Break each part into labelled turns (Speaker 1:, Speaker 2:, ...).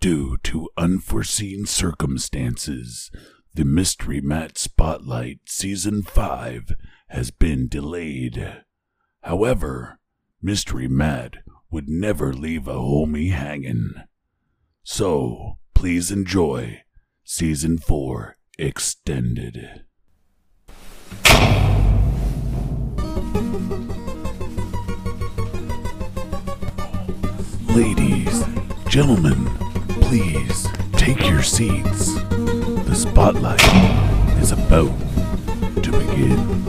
Speaker 1: due to unforeseen circumstances, the Mystery Mat Spotlight Season 5 has been delayed. However, Mystery Matt would never leave a homie hanging. So, please enjoy Season 4 Extended. Ladies, gentlemen, please take your seats. The spotlight is about to begin.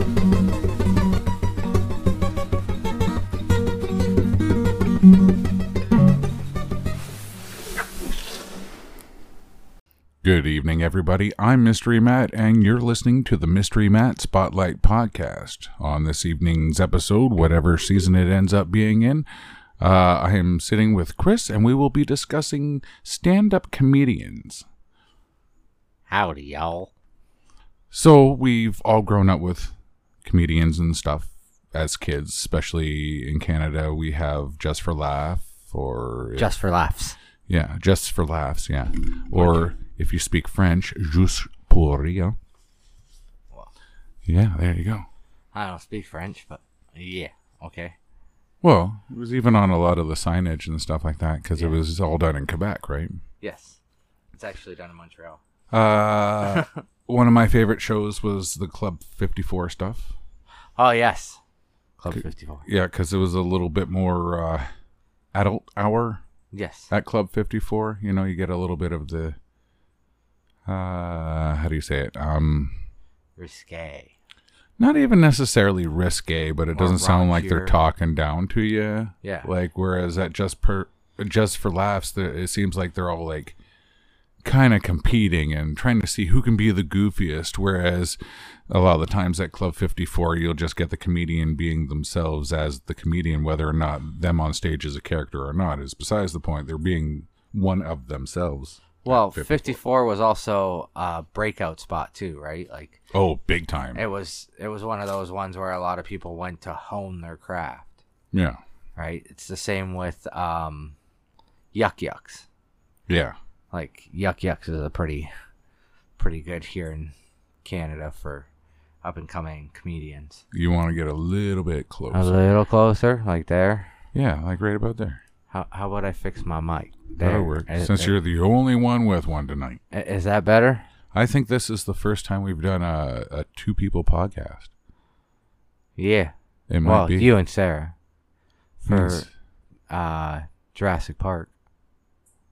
Speaker 2: Good evening, everybody. I'm Mystery Matt, and you're listening to the Mystery Matt Spotlight Podcast. On this evening's episode, whatever season it ends up being in, uh, I am sitting with Chris, and we will be discussing stand up comedians.
Speaker 3: Howdy, y'all.
Speaker 2: So, we've all grown up with comedians and stuff as kids, especially in Canada. We have Just for Laugh, or if-
Speaker 3: Just for laughs.
Speaker 2: Yeah, just for laughs. Yeah, or if you speak French, juste pour rire. Yeah, there you go.
Speaker 3: I don't speak French, but yeah, okay.
Speaker 2: Well, it was even on a lot of the signage and stuff like that because it was all done in Quebec, right?
Speaker 3: Yes. It's actually done in Montreal.
Speaker 2: Uh, one of my favorite shows was the Club 54 stuff.
Speaker 3: Oh, yes. Club 54.
Speaker 2: Yeah, because it was a little bit more uh, adult hour
Speaker 3: Yes.
Speaker 2: at Club 54. You know, you get a little bit of the. Uh, how do you say it? Um,
Speaker 3: Risque.
Speaker 2: not even necessarily risque, but it doesn't sound like they're
Speaker 3: raunchier.
Speaker 2: talking down to you.
Speaker 3: Yeah.
Speaker 2: Like whereas at just per just for laughs, the- it seems like they're all like kind of competing and trying to see who can be the goofiest. Whereas a lot of the times at Club Fifty Four, you'll just get the comedian being themselves as the comedian, whether or not them on stage is a character or not is besides the point. They're being one of themselves.
Speaker 3: Well, 54. was also a breakout spot too, right? Like
Speaker 2: Oh, big time!
Speaker 3: it was it was one of those ones where a lot of people went to hone their craft,
Speaker 2: Yeah,
Speaker 3: right? It's the same with um Yuck Yucks.
Speaker 2: yeah.
Speaker 3: Like Yuck Yucks is a pretty pretty good here in Canada for up and coming comedians.
Speaker 2: You want to get a little bit closer.
Speaker 3: A little closer, like there.
Speaker 2: yeah, like right about there.
Speaker 3: How how would I fix my mic? There.
Speaker 2: That'll work.
Speaker 3: Is,
Speaker 2: Since you're the only one with one tonight,
Speaker 3: is that better?
Speaker 2: I think this is the first time we've done a, a two people podcast.
Speaker 3: Yeah.
Speaker 2: It might
Speaker 3: Well,
Speaker 2: be
Speaker 3: you and Sarah for
Speaker 2: Yes.
Speaker 3: uh Jurassic Park.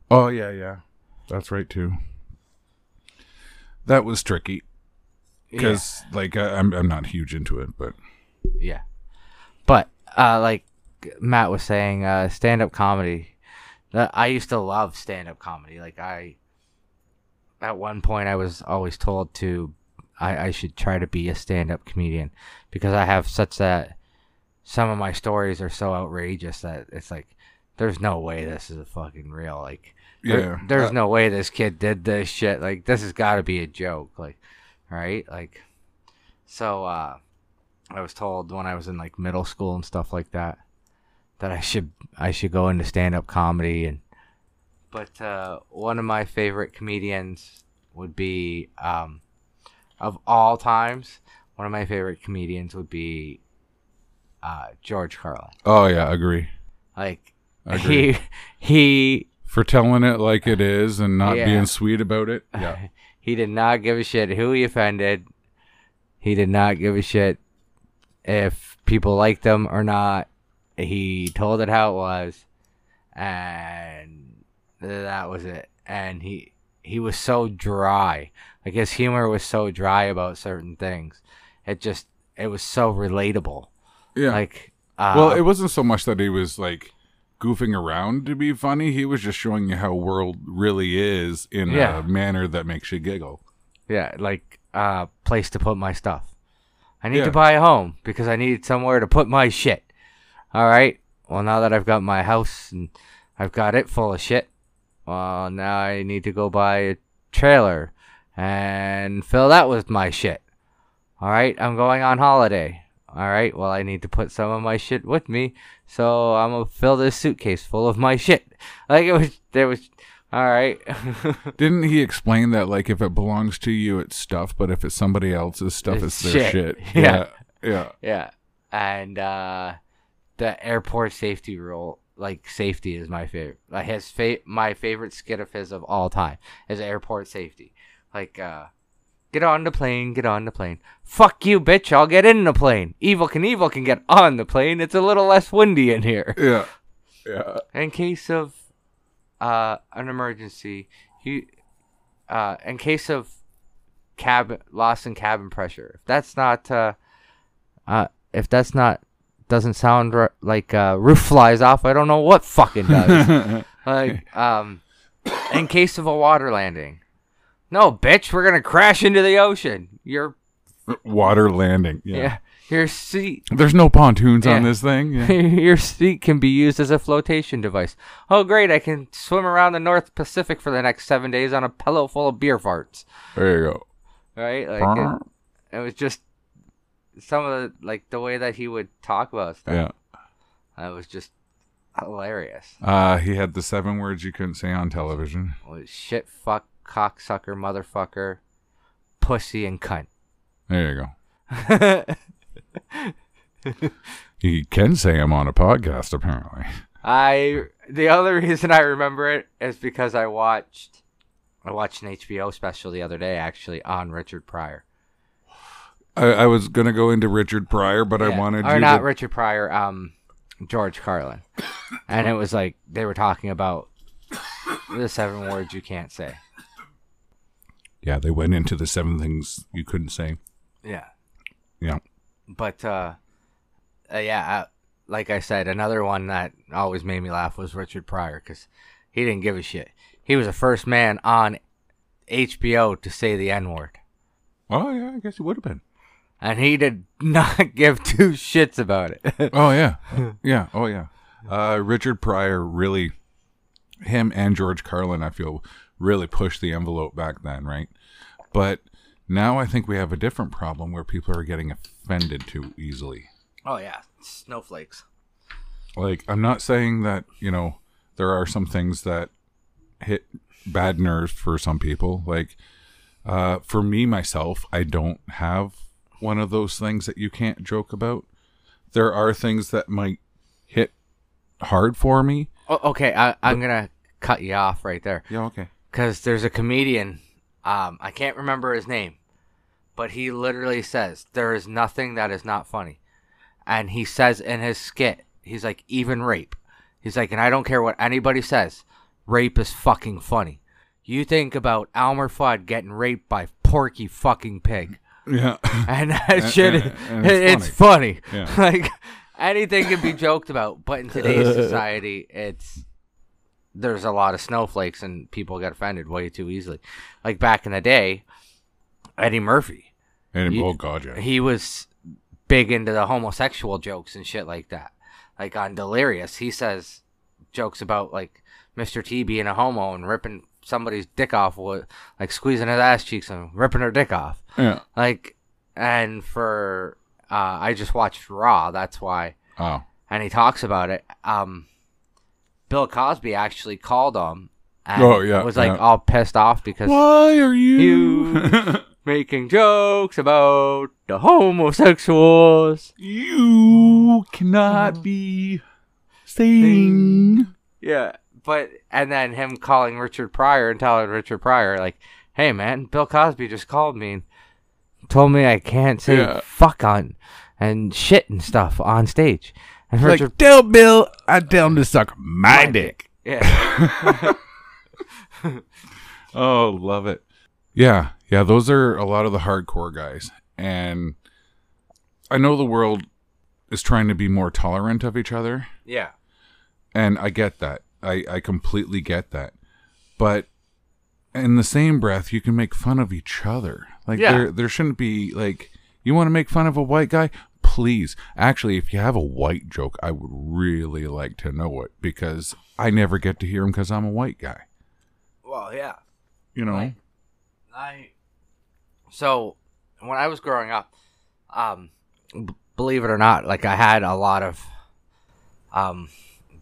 Speaker 2: Oh yeah, yeah, that's right too. That was tricky because, like, I, I'm I'm not huge into it, but
Speaker 3: yeah. yeah. But uh like Matt was saying uh stand up comedy. Uh, I used to love stand up comedy. Like I at one point I was always told to I, I should try to be a stand up comedian because I have such that some of my stories are so outrageous that it's like there's no way this is fucking real. Like there-
Speaker 2: Yeah.
Speaker 3: there's
Speaker 2: Uh,
Speaker 3: no way this kid did this shit. Like this has gotta be a joke. Like right? Like so uh I was told when I was in like middle school and stuff like that that I should I should go into stand up comedy and but uh, one of my favorite comedians would be um, of all times. One of my favorite comedians would be uh, George Carlin.
Speaker 2: oh yeah, agree
Speaker 3: Like
Speaker 2: Agreed.
Speaker 3: he he
Speaker 2: for telling it like it is and not
Speaker 3: Yeah.
Speaker 2: being sweet about it. Yeah,
Speaker 3: he did not give a shit who he offended. He did not give a shit if people liked him or not. He told it how it was, and that was it. And he he was so dry. Like his humor was so dry about certain things. It just it was so relatable.
Speaker 2: yeah.
Speaker 3: Like uh,
Speaker 2: Well, it wasn't so much that he was like goofing around to be funny. He was just showing you how world really is in
Speaker 3: Yeah.
Speaker 2: a manner that makes you giggle.
Speaker 3: Yeah, like uh place to put my stuff. I need
Speaker 2: Yeah.
Speaker 3: to buy a home because I need somewhere to put my shit. All right. Well, now that I've got my house and I've got it full of shit, well, now I need to go buy a trailer and fill that with my shit. All right, I'm going on holiday. All right, well, I need to put some of my shit with me, so I'm gonna fill this suitcase full of my shit. Like it was, there was, All right.
Speaker 2: Didn't he explain that like if it belongs to you, it's stuff, but if it's somebody else's stuff, it's,
Speaker 3: It's
Speaker 2: their shit.
Speaker 3: shit. Yeah.
Speaker 2: yeah, yeah.
Speaker 3: yeah. And uh the airport safety rule, like safety is my favorite. Like his fa- my favorite skit of his of all time is airport safety. Like uh get on the plane, get on the plane. Fuck you, bitch, I'll get in the plane. Evil can evil can get on the plane. It's a little less windy in here.
Speaker 2: Yeah. Yeah.
Speaker 3: In case of uh, an emergency, you uh, in case of cabin loss in cabin pressure. If that's not uh, uh, if that's not doesn't sound r- like uh, roof flies off, I don't know what fucking does. like um, in case of a water landing. No, bitch, we're gonna crash into the ocean. Your
Speaker 2: Water landing. Yeah.
Speaker 3: yeah, your seat
Speaker 2: There's no pontoons on
Speaker 3: Yeah.
Speaker 2: this thing. Yeah.
Speaker 3: Your seat can be used as a flotation device. Oh, great! I can swim around the North Pacific for the next seven days on a pillow full of beer farts.
Speaker 2: There you go.
Speaker 3: Right? Like it, it was just some of the like the way that he would talk about
Speaker 2: Yeah.
Speaker 3: stuff. Yeah. It was just hilarious.
Speaker 2: Uh, he had the seven words you couldn't say on television.
Speaker 3: It was shit, fuck, cocksucker, motherfucker, pussy, and cunt.
Speaker 2: There you go. You can say them on a podcast, apparently.
Speaker 3: I the other reason I remember it is because I watched I watched an HBO special the other day actually on Richard Pryor.
Speaker 2: I, I was gonna go into Richard Pryor, but I
Speaker 3: Yeah,
Speaker 2: wanted
Speaker 3: or
Speaker 2: you
Speaker 3: not
Speaker 2: to-
Speaker 3: Richard Pryor, um George Carlin. and it was like they were talking about the seven words you can't say.
Speaker 2: yeah, they went into the seven things you couldn't say.
Speaker 3: Yeah.
Speaker 2: Yeah.
Speaker 3: But uh, uh yeah, I, like I said, another one that always made me laugh was Richard Pryor cuz he didn't give a shit. He was the first man on HBO to say the N-word.
Speaker 2: Oh yeah, I guess it would have been.
Speaker 3: and he did not give two shits about it.
Speaker 2: Oh yeah, yeah. Oh yeah. Uh, Richard Pryor really, him and George Carlin, I feel really pushed the envelope back then, right? But now I think we have a different problem where people are getting offended too easily.
Speaker 3: oh yeah, snowflakes.
Speaker 2: Like I'm not saying that you know there are some things that hit bad nerves for some people. Like uh, for me myself, I don't have one of those things that you can't joke about. There are things that might hit hard for me.
Speaker 3: Oh, okay, I, I'm gonna cut you off right there
Speaker 2: Yeah, okay.
Speaker 3: because there's a comedian. Um, I can't remember his name, but he literally says there is nothing that is not funny, and he says in his skit, he's like even rape. He's like, and I don't care what anybody says, rape is fucking funny. You think about Almer Fudd getting raped by Porky fucking Pig.
Speaker 2: Yeah.
Speaker 3: and that shit
Speaker 2: and- and it's
Speaker 3: it's, funny,
Speaker 2: Yeah.
Speaker 3: like anything can be joked about but in today's society it's there's a lot of snowflakes and people get offended way too easily like back in the day eddie murphy
Speaker 2: and
Speaker 3: You-
Speaker 2: oh god, yeah.
Speaker 3: he was big into the homosexual jokes and shit like that like on delirious he says jokes about like mr t being a homo and ripping somebody's dick off with like squeezing his ass cheeks and ripping her dick off
Speaker 2: yeah.
Speaker 3: like, and for uh, I just watched Raw. That's why,
Speaker 2: Oh.
Speaker 3: and he talks about it. Um, Bill Cosby actually called him. And
Speaker 2: Oh, yeah,
Speaker 3: was like
Speaker 2: yeah.
Speaker 3: all pissed off because
Speaker 2: Why are you?
Speaker 3: You- making jokes about the homosexuals.
Speaker 2: you cannot be saying.
Speaker 3: Yeah, but and then him calling Richard Pryor and telling Richard Pryor like, "Hey man, Bill Cosby just called me and told me I can't say
Speaker 2: Yeah.
Speaker 3: fuck on and shit and stuff on stage." And Richard
Speaker 2: Like, tell Bill, I tell him to suck my dick.
Speaker 3: Yeah.
Speaker 2: Oh, love it. Yeah, yeah. Those are a lot of the hardcore guys, and I know the world is trying to be more tolerant of each other,
Speaker 3: Yeah.
Speaker 2: and I get that. I I completely get that. But in the same breath, you can make fun of each other. Like
Speaker 3: Yeah.
Speaker 2: there there shouldn't be like you want to make fun of a white guy. Please, actually, if you have a white joke, I would really like to know it because I never get to hear him because I'm a white guy.
Speaker 3: Well, yeah.
Speaker 2: You know.
Speaker 3: Right. I. So, when I was growing up, um, b- believe it or not, like I had a lot of, um,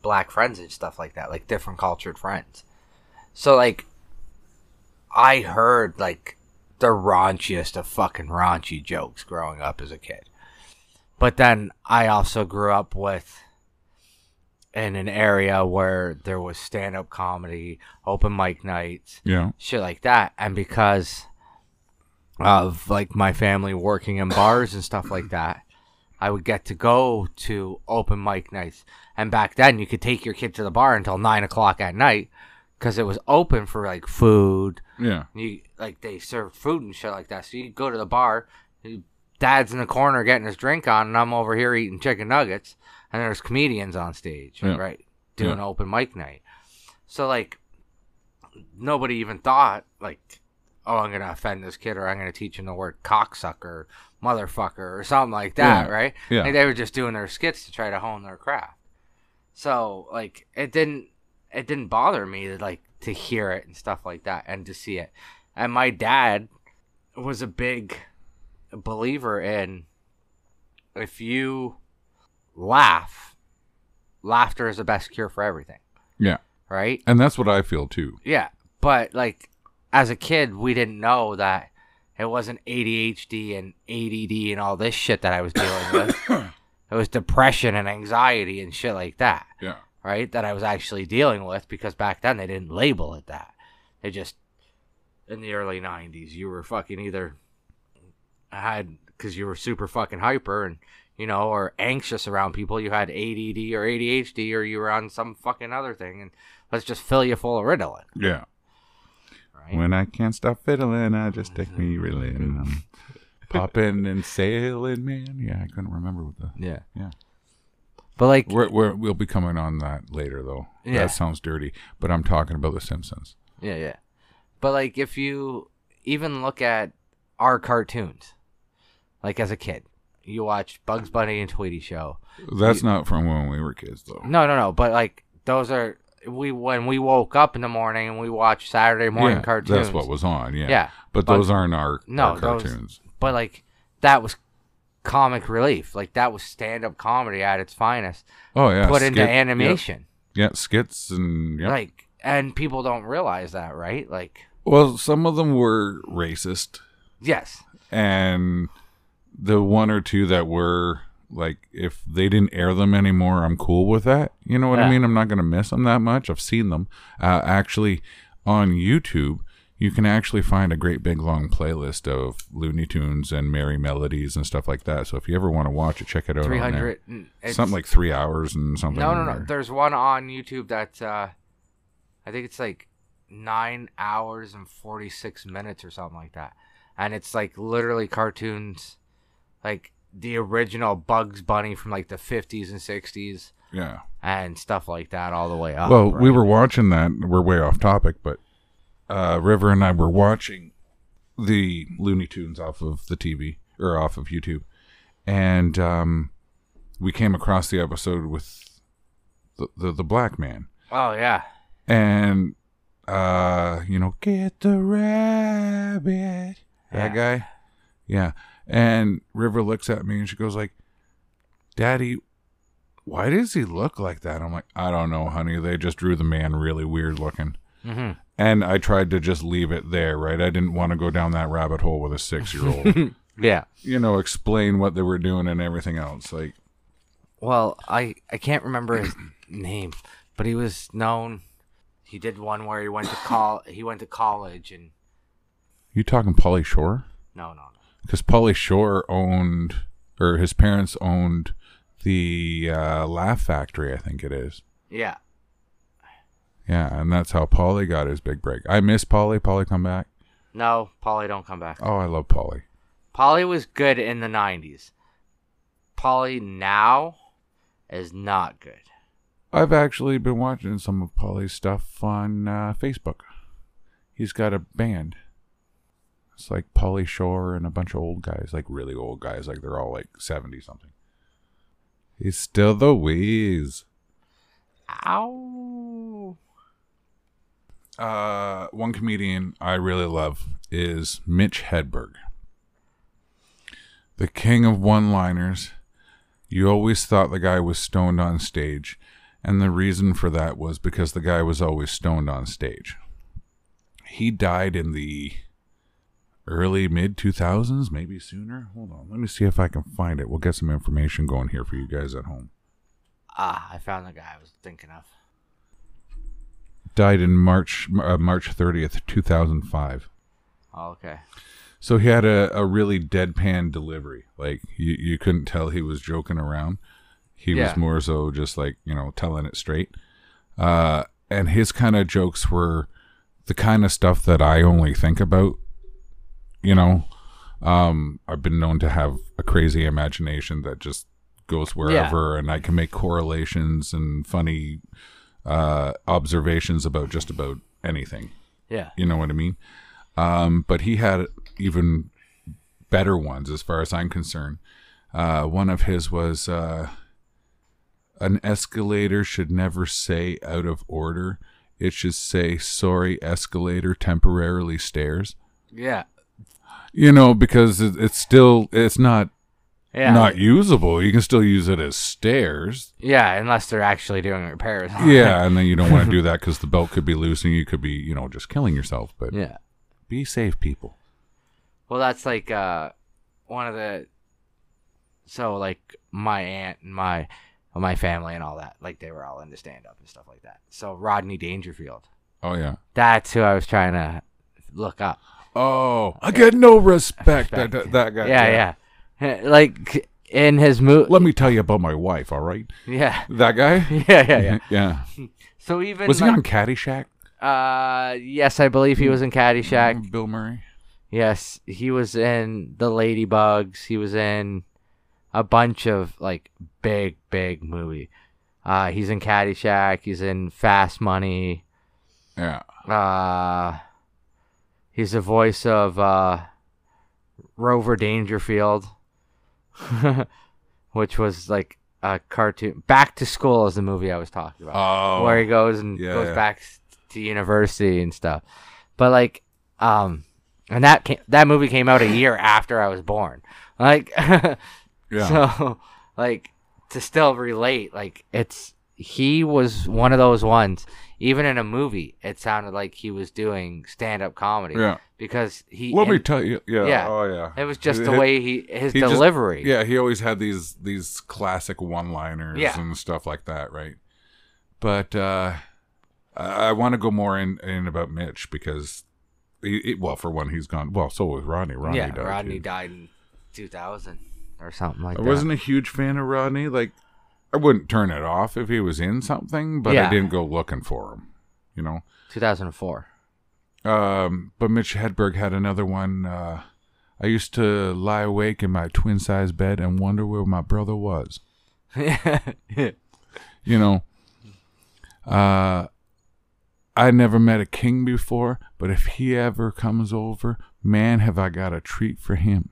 Speaker 3: black friends and stuff like that, like different cultured friends, So like, I heard like the raunchiest of fucking raunchy jokes growing up as a kid, but then I also grew up with in an area where there was stand up comedy, open mic nights,
Speaker 2: Yeah.
Speaker 3: shit like that and because of like my family working in bars and stuff like that i would get to go to open mic nights and back then you could take your kid to the bar until nine o'clock at night because it was open for like food
Speaker 2: Yeah.
Speaker 3: you like they served food and shit like that so you could go to the bar you- dad's in the corner getting his drink on and i'm over here eating chicken nuggets and there's comedians on stage
Speaker 2: Yeah.
Speaker 3: right doing
Speaker 2: Yeah.
Speaker 3: open mic night so like nobody even thought like oh i'm gonna offend this kid or i'm gonna teach him the word cocksucker motherfucker or something like that
Speaker 2: Yeah.
Speaker 3: right
Speaker 2: Yeah.
Speaker 3: like they were just doing their skits to try to hone their craft so like it didn't it didn't bother me to like to hear it and stuff like that and to see it and my dad was a big believer in if you laugh laughter is the best cure for everything
Speaker 2: Yeah.
Speaker 3: right
Speaker 2: And that's what I feel too.
Speaker 3: yeah, but like as a kid, we didn't know that it wasn't ADHD and ADD and all this shit that I was dealing with. It was depression and anxiety and shit like that,
Speaker 2: Yeah.
Speaker 3: right? That I was actually dealing with because back then they didn't label it that. They just in the early 90s, you were fucking either had because you were super fucking hyper and you know, or anxious around people, you had ADD or ADHD or you were on some fucking other thing and let's just fill you full of Ritalin.
Speaker 2: Yeah.
Speaker 3: Right.
Speaker 2: When I can't stop fiddling, I just take me reeling. I'm popping and sailing, man. Yeah, I couldn't remember what the.
Speaker 3: Yeah.
Speaker 2: Yeah.
Speaker 3: But like,
Speaker 2: We're, we're, we'll be coming on that later, though.
Speaker 3: Yeah.
Speaker 2: That sounds dirty, but I'm talking about The Simpsons.
Speaker 3: yeah, yeah. But like, if you even look at our cartoons, like as a kid, you watch Bugs Bunny and Tweety Show.
Speaker 2: That's not from when we were kids, though.
Speaker 3: No, no, no. But like, those are we when we woke up in the morning and we watched Saturday morning
Speaker 2: yeah,
Speaker 3: cartoons.
Speaker 2: That's what was on, yeah.
Speaker 3: Yeah,
Speaker 2: But
Speaker 3: but-
Speaker 2: those aren't our,
Speaker 3: No,
Speaker 2: our
Speaker 3: those-
Speaker 2: cartoons.
Speaker 3: but like that was comic relief. Like that was stand up comedy at its finest,
Speaker 2: oh, yeah.
Speaker 3: put into
Speaker 2: skit-
Speaker 3: animation.
Speaker 2: Yeah, yeah, skits and. Yeah.
Speaker 3: Like, and people don't realize that, right? Like,
Speaker 2: Well, some of them were racist,
Speaker 3: yes,
Speaker 2: and the one or two that were like, if they didn't air them anymore, I'm cool with that. You know what I
Speaker 3: Yeah.
Speaker 2: mean? I'm not gonna miss them that much. I've seen them. Uh, actually, on YouTube, you can actually find a great big long playlist of Looney Tunes and Merry Melodies and stuff like that. So if you ever want to watch it, check it out.
Speaker 3: three
Speaker 2: on there.
Speaker 3: hundred.
Speaker 2: Something like three hours and something.
Speaker 3: No, no, no.
Speaker 2: or-
Speaker 3: There's one on YouTube that's uh, I think it's like nine hours and forty six minutes or something like that, and it's like literally cartoons, like the original Bugs Bunny from like the fifties and sixties
Speaker 2: yeah.
Speaker 3: and stuff like that, all the way up.
Speaker 2: well, we
Speaker 3: right?
Speaker 2: were watching that. We're way off topic, but uh, River and I were watching the Looney Tunes off of the TV or off of YouTube, and um, we came across the episode with the the, the black man,
Speaker 3: Oh yeah,
Speaker 2: and uh, you know, get the rabbit, that
Speaker 3: Yeah.
Speaker 2: guy, yeah. And River looks at me and she goes like, "Daddy, why does he look like that?" I'm like, "I don't know, honey. They just drew the man really weird looking."
Speaker 3: hmm
Speaker 2: And I tried to just leave it there, right? I didn't want to go down that rabbit hole with a six year old,
Speaker 3: yeah.
Speaker 2: you know, explain what they were doing and everything else. Like,
Speaker 3: Well, I I can't remember his name, but he was known. He did one where he went to call. He went to college and
Speaker 2: you talking Polly Shore?
Speaker 3: no, no, no.
Speaker 2: because Polly Shore owned, or his parents owned, the uh, Laugh Factory, I think it is.
Speaker 3: Yeah.
Speaker 2: Yeah, and that's how Polly got his big break. I miss Polly. Polly, come back.
Speaker 3: No, Polly, don't come back.
Speaker 2: Oh, I love Polly.
Speaker 3: Polly was good in the 90s. Polly now is not good.
Speaker 2: I've actually been watching some of Polly's stuff on uh, Facebook. He's got a band. It's like Polly Shore and a bunch of old guys, like really old guys, like they're all like seventy something. He's still the Wheeze.
Speaker 3: Ow.
Speaker 2: uh, one comedian I really love is Mitch Hedberg, the king of one-liners. You always thought the guy was stoned on stage, and the reason for that was because the guy was always stoned on stage. he died in the early mid 2000s, maybe sooner. Hold on, let me see if I can find it. We'll get some information going here for you guys at home.
Speaker 3: Ah, I found the guy I was thinking of.
Speaker 2: Died in March uh, March 30th, 2005.
Speaker 3: Oh, okay.
Speaker 2: So he had a, a really deadpan delivery. Like you, you couldn't tell he was joking around. He
Speaker 3: Yeah.
Speaker 2: was more so just like, you know, telling it straight. Uh, and his kind of jokes were the kind of stuff that I only think about, you know. Um, I've been known to have a crazy imagination that just goes wherever and I can make correlations and funny uh, observations about just about anything.
Speaker 3: Yeah.
Speaker 2: You know what I mean? Um, but he had even better ones, as far as I'm concerned. Uh, one of his was uh, an escalator should never say out of order. It should say sorry, escalator temporarily stairs.
Speaker 3: Yeah.
Speaker 2: You know, because it, it's still it's not
Speaker 3: Yeah.
Speaker 2: not usable. You can still use it as stairs.
Speaker 3: yeah, unless they're actually doing repairs.
Speaker 2: Yeah, and then you don't want to do that because the belt could be loose and you could be you know just killing yourself. But
Speaker 3: yeah.
Speaker 2: be safe, people.
Speaker 3: Well, that's like uh, one of the. So like my aunt and my my family and all that, like they were all into stand up and stuff like that. So Rodney Dangerfield,
Speaker 2: Oh yeah.
Speaker 3: that's who I was trying to look up.
Speaker 2: Oh, I get no respect.
Speaker 3: Respect.
Speaker 2: That, that, that guy.
Speaker 3: yeah, yeah, like in his movie.
Speaker 2: Let me tell you about my wife. All right,
Speaker 3: Yeah,
Speaker 2: that guy.
Speaker 3: yeah, yeah, yeah.
Speaker 2: yeah.
Speaker 3: So even
Speaker 2: Mm-hmm. Was he
Speaker 3: like-
Speaker 2: on Caddyshack?
Speaker 3: Uh, yes, I believe he was in Caddyshack.
Speaker 2: Mm, Bill Murray.
Speaker 3: Yes, he was in The Ladybugs. He was in a bunch of like big, big movie. Uh, he's in Caddyshack. He's in Fast Money.
Speaker 2: Yeah.
Speaker 3: Uh, he's the voice of uh, Rover Dangerfield, which was like a cartoon. Back to School is the movie I was talking about
Speaker 2: Oh.
Speaker 3: where he goes and
Speaker 2: yeah,
Speaker 3: goes
Speaker 2: yeah.
Speaker 3: back s- to university and stuff. But like, um, and that came, that movie came out a year after I was born. Like,
Speaker 2: yeah.
Speaker 3: so like to still relate, like it's he was one of those ones. Even in a movie, it sounded like he was doing stand-up comedy
Speaker 2: yeah.
Speaker 3: because he.
Speaker 2: Let me
Speaker 3: and
Speaker 2: tell you. Yeah.
Speaker 3: Yeah.
Speaker 2: Oh yeah.
Speaker 3: it was just
Speaker 2: It-
Speaker 3: the
Speaker 2: it-
Speaker 3: way he his
Speaker 2: he just-
Speaker 3: delivery.
Speaker 2: Yeah, he always had these these classic one-liners
Speaker 3: Yeah.
Speaker 2: and stuff like that, right? But uh I, I want to go more in in about Mitch because he, he- well, for one, he's gone. Well, so was Rodney. Rodney
Speaker 3: yeah.
Speaker 2: died.
Speaker 3: Rodney
Speaker 2: too.
Speaker 3: died in 2000 or something like
Speaker 2: I
Speaker 3: that.
Speaker 2: wasn't a huge fan of Rodney. Like, I wouldn't turn it off if he was in something, but
Speaker 3: Yeah.
Speaker 2: I didn't go looking for him. You know.
Speaker 3: 2004.
Speaker 2: Um, but Mitch Hedberg had another one. Uh, I used to lie awake in my twin size bed and wonder where my brother was. You know, uh, I never met a king before, but if he ever comes over, man, have I got a treat for him.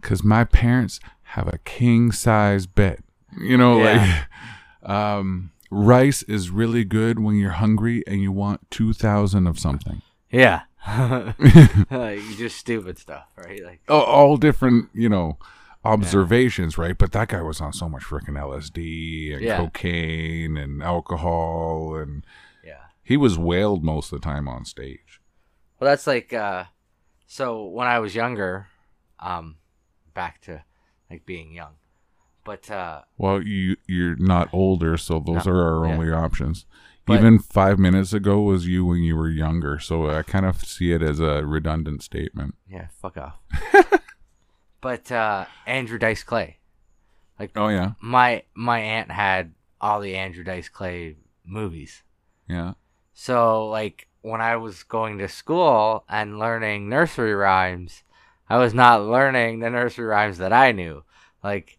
Speaker 2: Because my parents have a king size bed. You know,
Speaker 3: Yeah.
Speaker 2: like, um, rice is really good when you're hungry and you want 2,000 of something.
Speaker 3: Yeah. like, just stupid stuff, right? Like,
Speaker 2: all, all different, you know, observations, right? But that guy was on so much freaking LSD and
Speaker 3: Yeah.
Speaker 2: cocaine and alcohol, and
Speaker 3: yeah.
Speaker 2: he was wailed most of the time on stage.
Speaker 3: Well, that's like, uh, so when I was younger, um, back to like being young, but, uh,
Speaker 2: Well, you you're not older, so those
Speaker 3: No,
Speaker 2: are our
Speaker 3: yeah.
Speaker 2: only options.
Speaker 3: But-
Speaker 2: Even five minutes ago was you when you were younger, so I kind of see it as a redundant statement.
Speaker 3: yeah, fuck off. but, uh, Andrew Dice Clay,
Speaker 2: Oh yeah,
Speaker 3: my, my aunt had all the Andrew Dice Clay movies.
Speaker 2: yeah,
Speaker 3: So, like, when I was going to school and learning nursery rhymes, I was not learning the nursery rhymes that I knew. Like,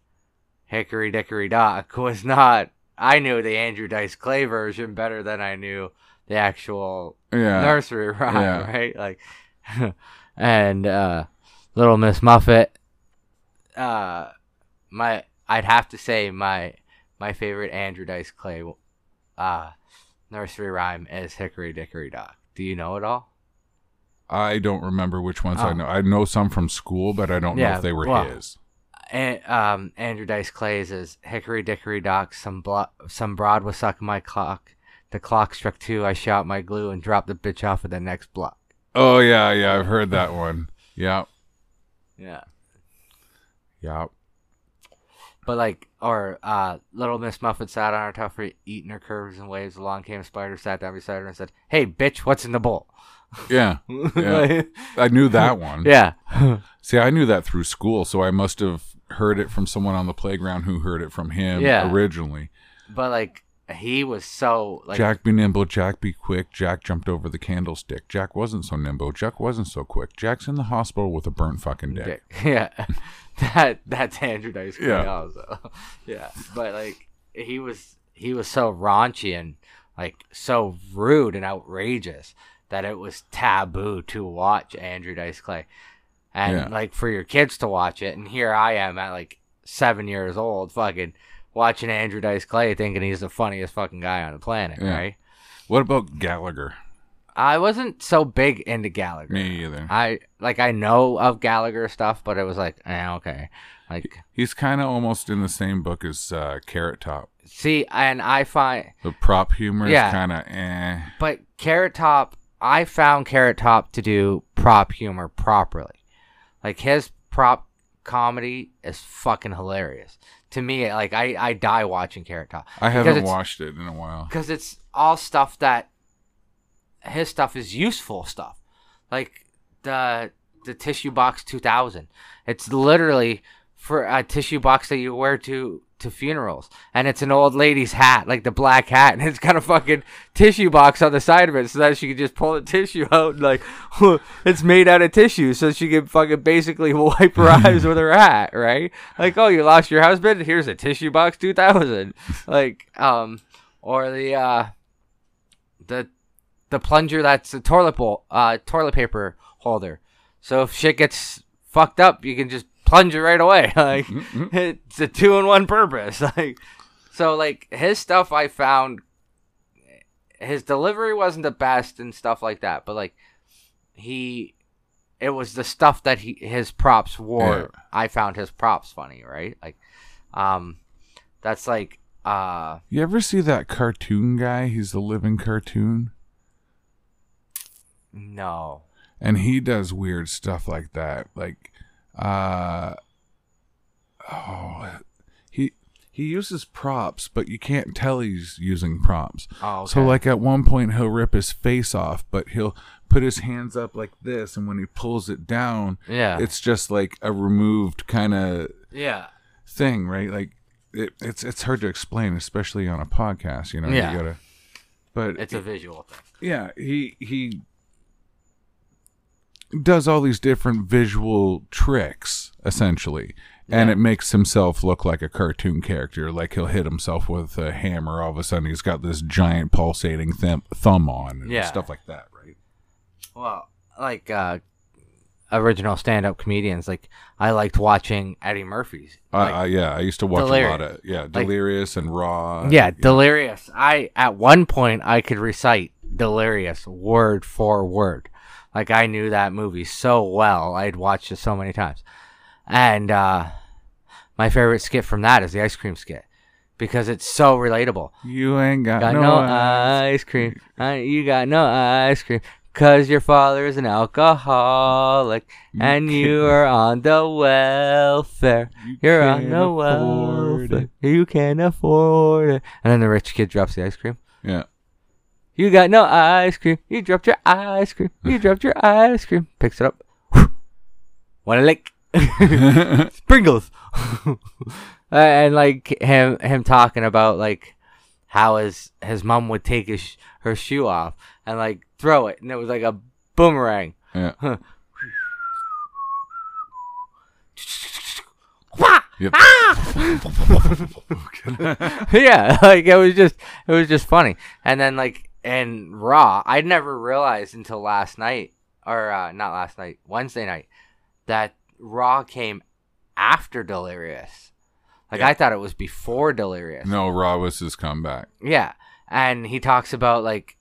Speaker 3: Hickory Dickory Dock was not. I knew the Andrew Dice Clay version better than I knew the actual
Speaker 2: yeah.
Speaker 3: nursery rhyme,
Speaker 2: yeah.
Speaker 3: right? Like, and uh, Little Miss Muffet. Uh, my I'd have to say my my favorite Andrew Dice Clay uh, nursery rhyme is Hickory Dickory Dock. Do you know it all?
Speaker 2: I don't remember which ones I
Speaker 3: Oh.
Speaker 2: know. I know some from school, but I don't know
Speaker 3: Yeah,
Speaker 2: if they were
Speaker 3: well,
Speaker 2: his.
Speaker 3: And, um, Andrew Dice Clay's is Hickory Dickory Dock. Some blo- some broad was sucking my clock. The clock struck two. I shot my glue and dropped the bitch off at the next block.
Speaker 2: Oh yeah, yeah, I've heard that one. Yeah,
Speaker 3: Yeah.
Speaker 2: yeah.
Speaker 3: But like, or uh, Little Miss Muffet sat on her tougher, eating her curves and waves. Along came a spider, sat down beside her, and said, "Hey, bitch, what's in the bowl?"
Speaker 2: Yeah. Mm. Yeah. I knew that one.
Speaker 3: yeah.
Speaker 2: See, I knew that through school, so I must have heard it from someone on the playground who heard it from him
Speaker 3: Yeah.
Speaker 2: originally.
Speaker 3: But like, he was so like,
Speaker 2: Jack be nimble, Jack be quick. Jack jumped over the candlestick. Jack wasn't so nimble. Jack wasn't so quick. Jack's in the hospital with a burnt fucking dick.
Speaker 3: dick. yeah, that that's Andrew Dice Clay
Speaker 2: Yeah.
Speaker 3: also. yeah, but like, he was he was so raunchy and like so rude and outrageous that it was taboo to watch Andrew Dice Clay. and
Speaker 2: Yeah.
Speaker 3: like for your kids to watch it. And here I am at like seven years old, fucking watching Andrew Dice Clay, thinking he's the funniest fucking guy on the planet,
Speaker 2: Yeah.
Speaker 3: right?
Speaker 2: What about Gallagher?
Speaker 3: I wasn't so big into Gallagher.
Speaker 2: Me either.
Speaker 3: I like I know of Gallagher stuff, but it was like, eh, okay, like
Speaker 2: He's kind of almost in the same book as uh, Carrot Top.
Speaker 3: see, and I find,
Speaker 2: The prop humor
Speaker 3: Yeah.
Speaker 2: is kind of eh.
Speaker 3: but Carrot Top, I found Carrot Top to do prop humor properly. Like his prop comedy is fucking hilarious to me. Like I, I die watching Carrot Top.
Speaker 2: I
Speaker 3: Because
Speaker 2: haven't
Speaker 3: it's-
Speaker 2: watched it in a while.
Speaker 3: because it's all stuff that his stuff is useful stuff, like the the tissue box 2000. It's literally for a tissue box that you wear to to funerals, and it's an old lady's hat, like the black hat, and it's got a fucking tissue box on the side of it, so that she can just pull the tissue out, and like it's made out of tissue, so she can fucking basically wipe her eyes with her hat, right? Like, oh, you lost your husband? Here's a tissue box 2000, like um or the uh the the plunger that's a toilet bowl uh toilet paper holder. So if shit gets fucked up, you can just plunge it right away. Like it's a two in one purpose. Like so like his stuff I found his delivery wasn't the best and stuff like that, but like he it was the stuff that he his props wore. I found his props funny, right? Like um that's like uh
Speaker 2: You ever see that cartoon guy? He's the living cartoon.
Speaker 3: no.
Speaker 2: and he does weird stuff like that like uh oh he he uses props but you can't tell he's using props
Speaker 3: Oh, okay.
Speaker 2: so like at one point he'll rip his face off but he'll put his hands up like this and when he pulls it down
Speaker 3: yeah,
Speaker 2: it's just like a removed kind of
Speaker 3: yeah,
Speaker 2: thing right like it, it's it's hard to explain especially on a podcast you know
Speaker 3: Yeah.
Speaker 2: you gotta but
Speaker 3: it's a visual thing.
Speaker 2: yeah he he does all these different visual tricks essentially and
Speaker 3: Yeah.
Speaker 2: it makes himself look like a cartoon character like he'll hit himself with a hammer all of a sudden he's got this giant pulsating thumb thumb on and
Speaker 3: Yeah.
Speaker 2: stuff like that right
Speaker 3: Well, like uh, original stand-up comedians, like I liked watching Eddie Murphy's.
Speaker 2: I
Speaker 3: Like,
Speaker 2: I, yeah i used to watch a lot
Speaker 3: Delirious.
Speaker 2: of yeah delirious and raw
Speaker 3: yeah, Delirious. I at one point I could recite Delirious word for word. Like I knew that movie so well. I'd watched it so many times. And uh my favorite skit from that is the ice cream skit because it's so relatable.
Speaker 2: you ain't got,
Speaker 3: Got
Speaker 2: no,
Speaker 3: no,
Speaker 2: eyes.
Speaker 3: ice cream. Uh, you got no ice cream. Cause your father is an alcoholic and you are on the welfare.
Speaker 2: You
Speaker 3: You're on
Speaker 2: can't
Speaker 3: the
Speaker 2: afford
Speaker 3: welfare. You can afford it. And then the rich kid drops the ice cream.
Speaker 2: yeah
Speaker 3: You got no ice cream. You dropped your ice cream. You dropped your ice cream. Picks it up. Wanna lick? Sprinkles. Uh, and like him, him talking about like how his his mom would take his sh- her shoe off and like throw it, and it was like a boomerang.
Speaker 2: yeah
Speaker 3: Wah!
Speaker 2: Yep.
Speaker 3: Ah! yeah, like it was just it was just funny. And then like in Raw, I never realized until last night or uh, not last night, Wednesday night, that Raw came after Delirious. Like I thought it was before Delirious.
Speaker 2: no raw was his comeback
Speaker 3: Yeah. And he talks about like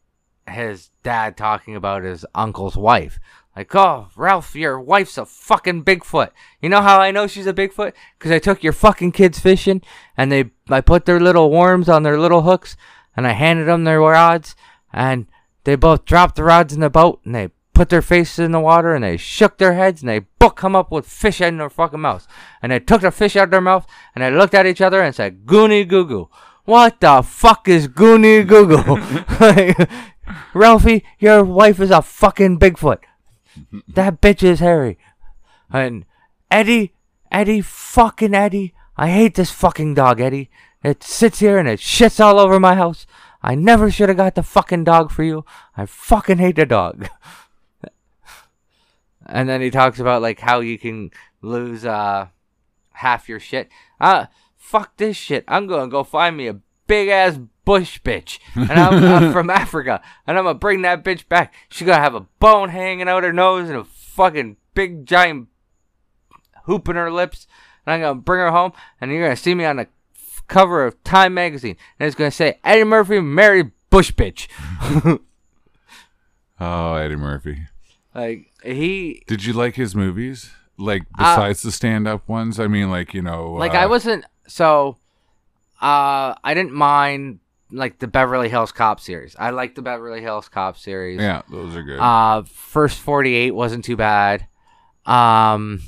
Speaker 3: his dad talking about his uncle's wife. Like, oh, Ralph, your wife's a fucking Bigfoot. You know how I know she's a Bigfoot? Because I took your fucking kids fishing and they, I put their little worms on their little hooks and I handed them their rods, and they both dropped the rods in the boat, and they put their faces in the water, and they shook their heads, and they both come up with fish in their fucking mouths. And they took the fish out of their mouth, and they looked at each other and said, Goonie Goo Goo. What the fuck is Goonie Goo Goo? Ralphie, your wife is a fucking Bigfoot. That bitch is hairy. And Eddie, Eddie, fucking Eddie. I hate this fucking dog, Eddie. It sits here and it shits all over my house. I never should have got the fucking dog for you. I fucking hate the dog. and then he talks about like how you can lose uh half your shit. Uh fuck this shit. I'm gonna go find me a big ass bush bitch, and I'm, I'm from Africa, and I'm gonna bring that bitch back. She's gonna have a bone hanging out her nose and a fucking big giant hoop in her lips, and I'm gonna bring her home, and you're gonna see me on the f- cover of Time magazine, and it's gonna say Eddie Murphy married bush bitch.
Speaker 2: Oh, Eddie Murphy.
Speaker 3: like he
Speaker 2: Did you like his movies? Like besides the stand-up ones? I mean, like you know,
Speaker 3: Uh, like
Speaker 2: uh,
Speaker 3: I wasn't so uh I didn't mind like the Beverly Hills Cop series. I liked the Beverly Hills Cop series.
Speaker 2: Yeah, those are good.
Speaker 3: Uh first 48 wasn't too bad. Um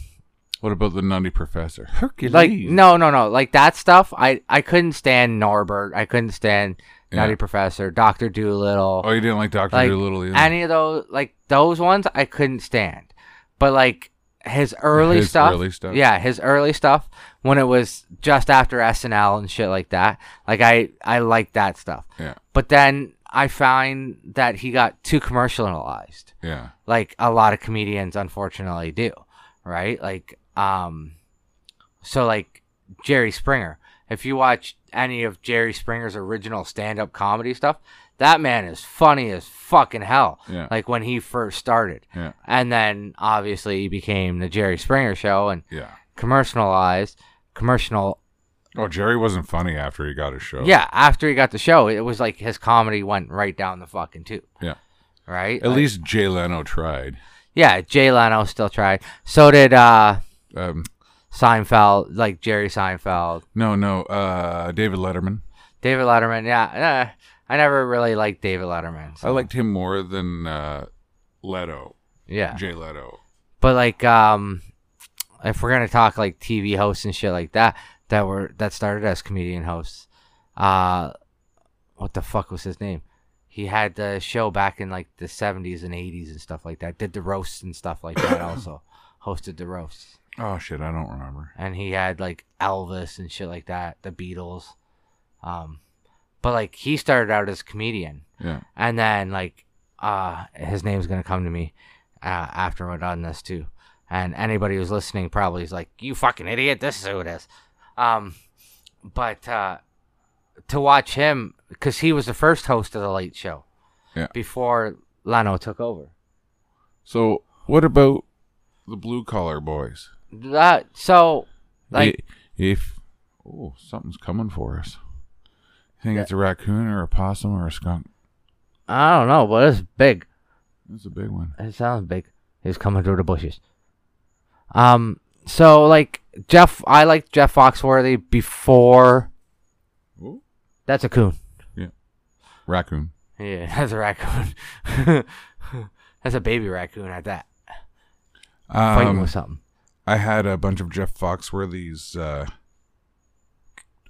Speaker 2: what about the Nutty Professor? Hercules.
Speaker 3: like no no no like that stuff I I couldn't stand Norbert. I couldn't stand Nutty
Speaker 2: Yeah.
Speaker 3: Professor, Doctor Doolittle.
Speaker 2: Oh, you didn't like Doctor
Speaker 3: like
Speaker 2: Dolittle either.
Speaker 3: any of those like those ones I couldn't stand. But like his early
Speaker 2: His
Speaker 3: stuff,
Speaker 2: early stuff.
Speaker 3: yeah, his early stuff when it was just after SNL and shit like that. Like I I liked that stuff.
Speaker 2: yeah,
Speaker 3: But then I find that he got too commercialized
Speaker 2: yeah.
Speaker 3: like a lot of comedians unfortunately do, right? Like um so like Jerry Springer. If you watch any of Jerry Springer's original stand-up comedy stuff, that man is funny as fucking hell.
Speaker 2: Yeah.
Speaker 3: Like when he first started.
Speaker 2: Yeah.
Speaker 3: And then obviously he became the Jerry Springer show and
Speaker 2: Yeah.
Speaker 3: commercialized, commercial
Speaker 2: Oh, Jerry wasn't funny after he got his show.
Speaker 3: Yeah, after he got the show, it was like his comedy went right down the fucking tube.
Speaker 2: Yeah.
Speaker 3: Right?
Speaker 2: At
Speaker 3: Like-
Speaker 2: least Jay Leno tried.
Speaker 3: Yeah, Jay Leno still tried. So did uh
Speaker 2: Um,
Speaker 3: Seinfeld, like Jerry Seinfeld,
Speaker 2: no, no. Uh, David Letterman.
Speaker 3: David Letterman. Yeah, eh, I never really liked David Letterman. so,
Speaker 2: I liked him more than uh, Leto.
Speaker 3: yeah,
Speaker 2: Jay Leto.
Speaker 3: but like, um, if we're gonna talk like TV hosts and shit like that, that were that started as comedian hosts. Uh, what the fuck was his name? He had the show back in like the seventies and eighties and stuff like that. Did the roasts and stuff like that. Also hosted the roasts,
Speaker 2: Oh shit, I don't remember.
Speaker 3: and he had like Elvis and shit like that. The Beatles. Um, but like he started out as a comedian.
Speaker 2: Yeah.
Speaker 3: And then like uh his name's gonna come to me uh, after we're done this too. And anybody who's listening probably is like, You fucking idiot, this is who it is. Um but uh to watch him because he was the first host of the late show.
Speaker 2: Yeah.
Speaker 3: Before Leno took over.
Speaker 2: So what about the blue collar boys?
Speaker 3: That so like
Speaker 2: I- if oh something's coming for us. You think it's a raccoon or a possum or a skunk?
Speaker 3: I don't know, but it's big.
Speaker 2: That's a big one.
Speaker 3: It sounds big. He's coming through the bushes. Um. So like Jeff, I liked Jeff Foxworthy before.
Speaker 2: Ooh.
Speaker 3: That's a coon.
Speaker 2: Raccoon.
Speaker 3: Yeah, that's a raccoon. that's a baby raccoon at that. Fighting
Speaker 2: Um,
Speaker 3: with something.
Speaker 2: I had a bunch of Jeff Foxworthy's uh,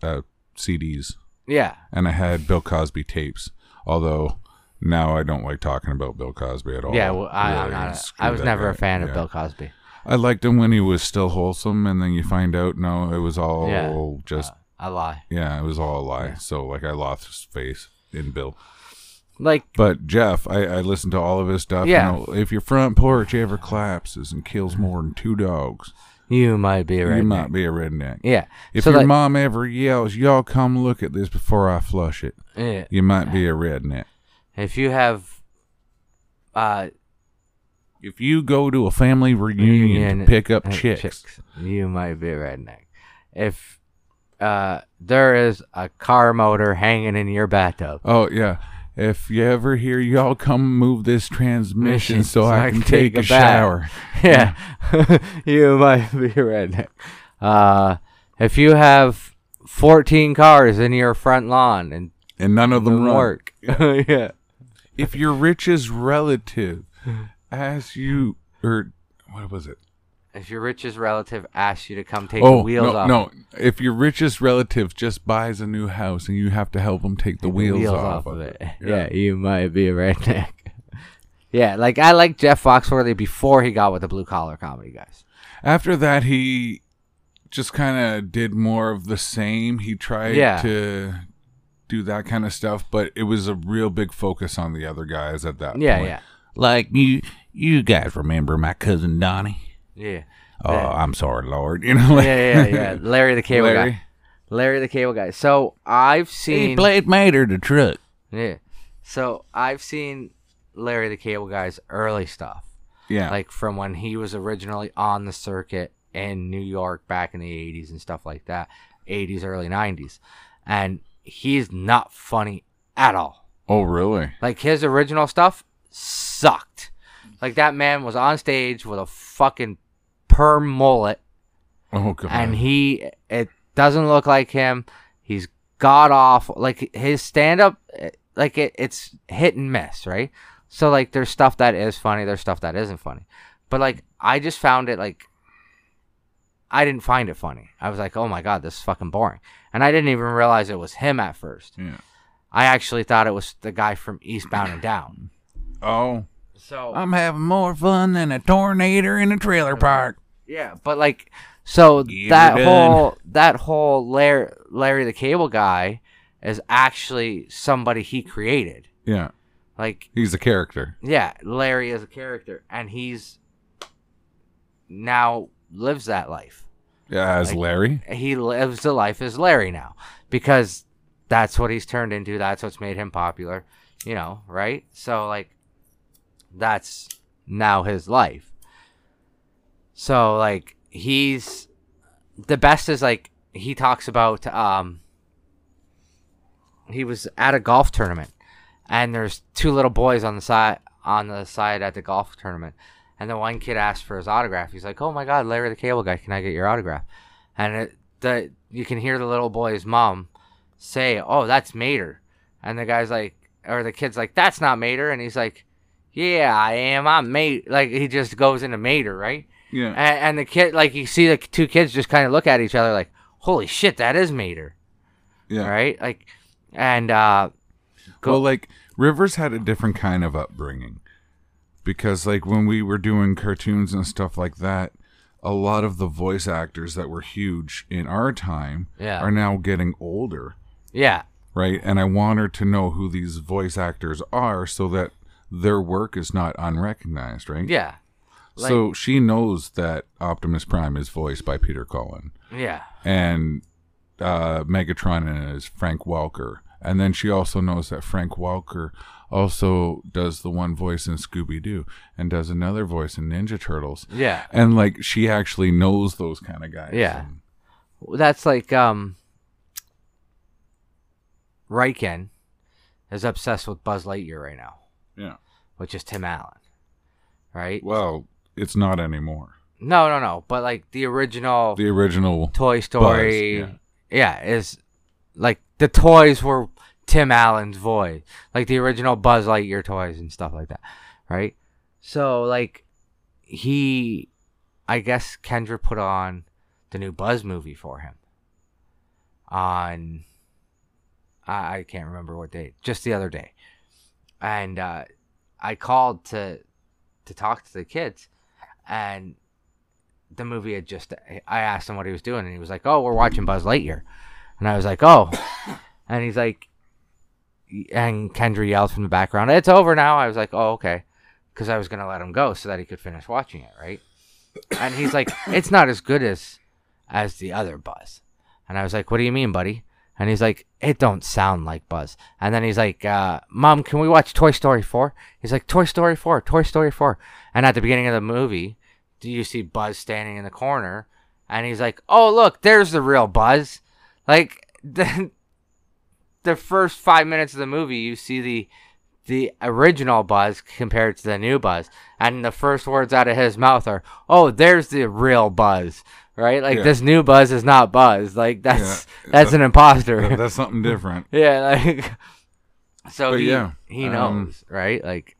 Speaker 2: uh, CDs,
Speaker 3: Yeah.
Speaker 2: and I had Bill Cosby tapes. Although now I don't like talking about Bill Cosby at all.
Speaker 3: yeah. Well, I, I'm
Speaker 2: Really,
Speaker 3: not a,
Speaker 2: screw
Speaker 3: I was
Speaker 2: that
Speaker 3: never a
Speaker 2: guy.
Speaker 3: fan of
Speaker 2: Yeah.
Speaker 3: Bill Cosby.
Speaker 2: I liked him when he was still wholesome, and then you find out no, it was all
Speaker 3: Yeah.
Speaker 2: just
Speaker 3: Uh, I lie.
Speaker 2: yeah, it was all a lie. So like I lost his face in Bill.
Speaker 3: Like
Speaker 2: But Jeff, I, I listened to all of his stuff.
Speaker 3: Yeah.
Speaker 2: You know, if your front porch ever collapses and kills more than two dogs,
Speaker 3: you might be right.
Speaker 2: you might be a redneck.
Speaker 3: Yeah.
Speaker 2: If
Speaker 3: so
Speaker 2: your
Speaker 3: like,
Speaker 2: mom ever yells, y'all come look at this before I flush it,
Speaker 3: yeah.
Speaker 2: you might be a redneck.
Speaker 3: If you have. Uh,
Speaker 2: If you go to a family reunion to pick up
Speaker 3: and
Speaker 2: chicks,
Speaker 3: You might be a redneck. If uh, there is a car motor hanging in your bathtub,
Speaker 2: oh, yeah. If you ever hear, y'all come move this transmission
Speaker 3: Mission,
Speaker 2: so, I, can take, a,
Speaker 3: bath."
Speaker 2: shower.
Speaker 3: yeah, you might be a redneck. Uh, if you have 14 cars in your front lawn and
Speaker 2: and none of them
Speaker 3: Doesn't
Speaker 2: run.
Speaker 3: work. yeah.
Speaker 2: If your richest relative asks you, or what was it?
Speaker 3: If your richest relative asks you to come take the
Speaker 2: oh,
Speaker 3: wheels
Speaker 2: no,
Speaker 3: off,
Speaker 2: no. If your richest relative just buys a new house and you have to help them take the
Speaker 3: take
Speaker 2: wheels, off, of it,
Speaker 3: Yeah. you might be a redneck. yeah, like I liked Jeff Foxworthy before he got with the blue collar comedy guys.
Speaker 2: After that, he just kind of did more of the same. He tried
Speaker 3: Yeah.
Speaker 2: to do that kind of stuff, but it was a real big focus on the other guys at that
Speaker 3: Yeah,
Speaker 2: point.
Speaker 3: yeah,
Speaker 2: Like you, you guys remember my cousin Donnie?
Speaker 3: yeah.
Speaker 2: Oh,
Speaker 3: Yeah.
Speaker 2: I'm sorry, Lord. You know, like,
Speaker 3: yeah, yeah, yeah. Larry the cable guy.
Speaker 2: Larry,
Speaker 3: Larry the cable guy. So I've seen.
Speaker 2: he played Mater the truck.
Speaker 3: yeah. So I've seen Larry the cable guy's early stuff,
Speaker 2: Yeah,
Speaker 3: like from when he was originally on the circuit in New York back in the '80s and stuff like that, '80s, early '90s, and he's not funny at all.
Speaker 2: oh, really?
Speaker 3: Like his original stuff sucked. Like that man was on stage with a fucking perm mullet,
Speaker 2: Oh god.
Speaker 3: and he it doesn't look like him. He's god awful. Like his stand up, like it, it's hit and miss, right? So like there's stuff that is funny, there's stuff that isn't funny. But like I just found it like I didn't find it funny. I was like, oh my god, this is fucking boring, and I didn't even realize it was him at first.
Speaker 2: yeah.
Speaker 3: I actually thought it was the guy from Eastbound and Down.
Speaker 2: Oh,
Speaker 3: So
Speaker 2: I'm having more fun than a tornado in a trailer park.
Speaker 3: yeah, but like, so
Speaker 2: Get
Speaker 3: that
Speaker 2: it
Speaker 3: whole that whole Larry, Larry the Cable Guy is actually somebody he created.
Speaker 2: Yeah,
Speaker 3: Like,
Speaker 2: he's a character.
Speaker 3: yeah, Larry is a character, and he's now lives that life.
Speaker 2: Yeah, as
Speaker 3: Like-
Speaker 2: Larry.
Speaker 3: He lives the life as Larry now because that's what he's turned into. That's what's made him popular. You know, right? So like, that's now his life. So like he's the best is like he talks about um he was at a golf tournament and there's two little boys on the side on the side at the golf tournament and the one kid asked for his autograph. He's like, "Oh my god, Larry the Cable Guy, can I get your autograph?" And it, the you can hear the little boy's mom say, "Oh, that's Mater," and the guy's like, or the kid's like, "That's not Mater," and he's like, "Yeah, I am. I'm Mater." Like he just goes into Mater, right?
Speaker 2: Yeah.
Speaker 3: And, and the kid, like, you see the two kids just kind of look at each other like, holy shit, that is Mater,
Speaker 2: Yeah.
Speaker 3: right? Like, and, uh, go,
Speaker 2: Well, like Rivers had a different kind of upbringing because, like, when we were doing cartoons and stuff like that, a lot of the voice actors that were huge in our time
Speaker 3: Yeah.
Speaker 2: are now getting older,
Speaker 3: yeah,
Speaker 2: right? And I want her to know who these voice actors are so that their work is not unrecognized, right?
Speaker 3: yeah, like-
Speaker 2: so she knows that Optimus Prime is voiced by Peter Cullen
Speaker 3: yeah,
Speaker 2: and uh, Megatron is Frank Welker. And then she also knows that Frank Welker also does the one voice in Scooby Doo and does another voice in Ninja Turtles.
Speaker 3: yeah.
Speaker 2: And like she actually knows those kind of guys.
Speaker 3: Yeah. That's like, um, Riken is obsessed with Buzz Lightyear right now,
Speaker 2: yeah.
Speaker 3: which is Tim Allen, right?
Speaker 2: Well, it's not anymore.
Speaker 3: No, no, no, but like the original
Speaker 2: The original.
Speaker 3: Toy Story.
Speaker 2: yeah.
Speaker 3: yeah. is like the toys were Tim Allen's voice, like the original Buzz Lightyear toys and stuff like that, right? So like he, I guess Kendra put on the new Buzz movie for him on I, I can't remember what day, just the other day, and uh, I called to to talk to the kids, and the movie had just I asked him what he was doing and he was like, "Oh, we're watching Buzz Lightyear." And I was like, "Oh." and he's like and Kendra yelled from the background, "It's over now." I was like, "Oh, okay." Cuz I was going to let him go so that he could finish watching it, right? And he's like, "It's not as good as as the other Buzz." And I was like, "What do you mean, buddy?" And he's like, "It don't sound like Buzz." And then he's like, uh, "Mom, can we watch Toy Story 4?" He's like, "Toy Story 4, Toy Story 4." And at the beginning of the movie, do you see Buzz standing in the corner? And he's like, "Oh, look, there's the real Buzz." Like the the first five minutes of the movie, you see the the original Buzz compared to the new Buzz, and the first words out of his mouth are, "Oh, there's the real Buzz," right? Like
Speaker 2: Yeah.
Speaker 3: this new Buzz is not Buzz. Like that's that's an imposter.
Speaker 2: That's something different.
Speaker 3: yeah, like so
Speaker 2: But
Speaker 3: he,
Speaker 2: yeah,
Speaker 3: he
Speaker 2: um,
Speaker 3: knows, right? Like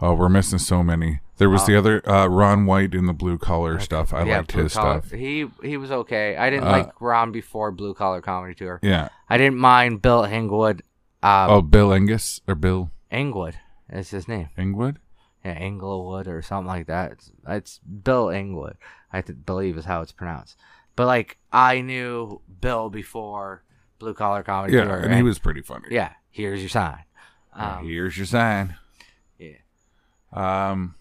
Speaker 2: Oh, we're missing so many. There was the other uh, Ron White in the blue collar stuff. I
Speaker 3: Um, yeah,
Speaker 2: liked
Speaker 3: blue
Speaker 2: his
Speaker 3: collar-
Speaker 2: stuff.
Speaker 3: He he was okay. I didn't
Speaker 2: Uh,
Speaker 3: like Ron before Blue Collar Comedy Tour.
Speaker 2: Yeah.
Speaker 3: I didn't mind Bill Engwood. Uh,
Speaker 2: Oh, Bill Engus or Bill
Speaker 3: Engwood is his name.
Speaker 2: Engwood?
Speaker 3: Yeah, Englewood or something like that. It's, it's Bill Englewood, I th- believe is how it's pronounced. But like, I knew Bill before Blue Collar Comedy
Speaker 2: Yeah,
Speaker 3: Tour,
Speaker 2: and he was pretty funny.
Speaker 3: yeah. Here's your sign. Um,
Speaker 2: Here's your sign.
Speaker 3: yeah.
Speaker 2: Um,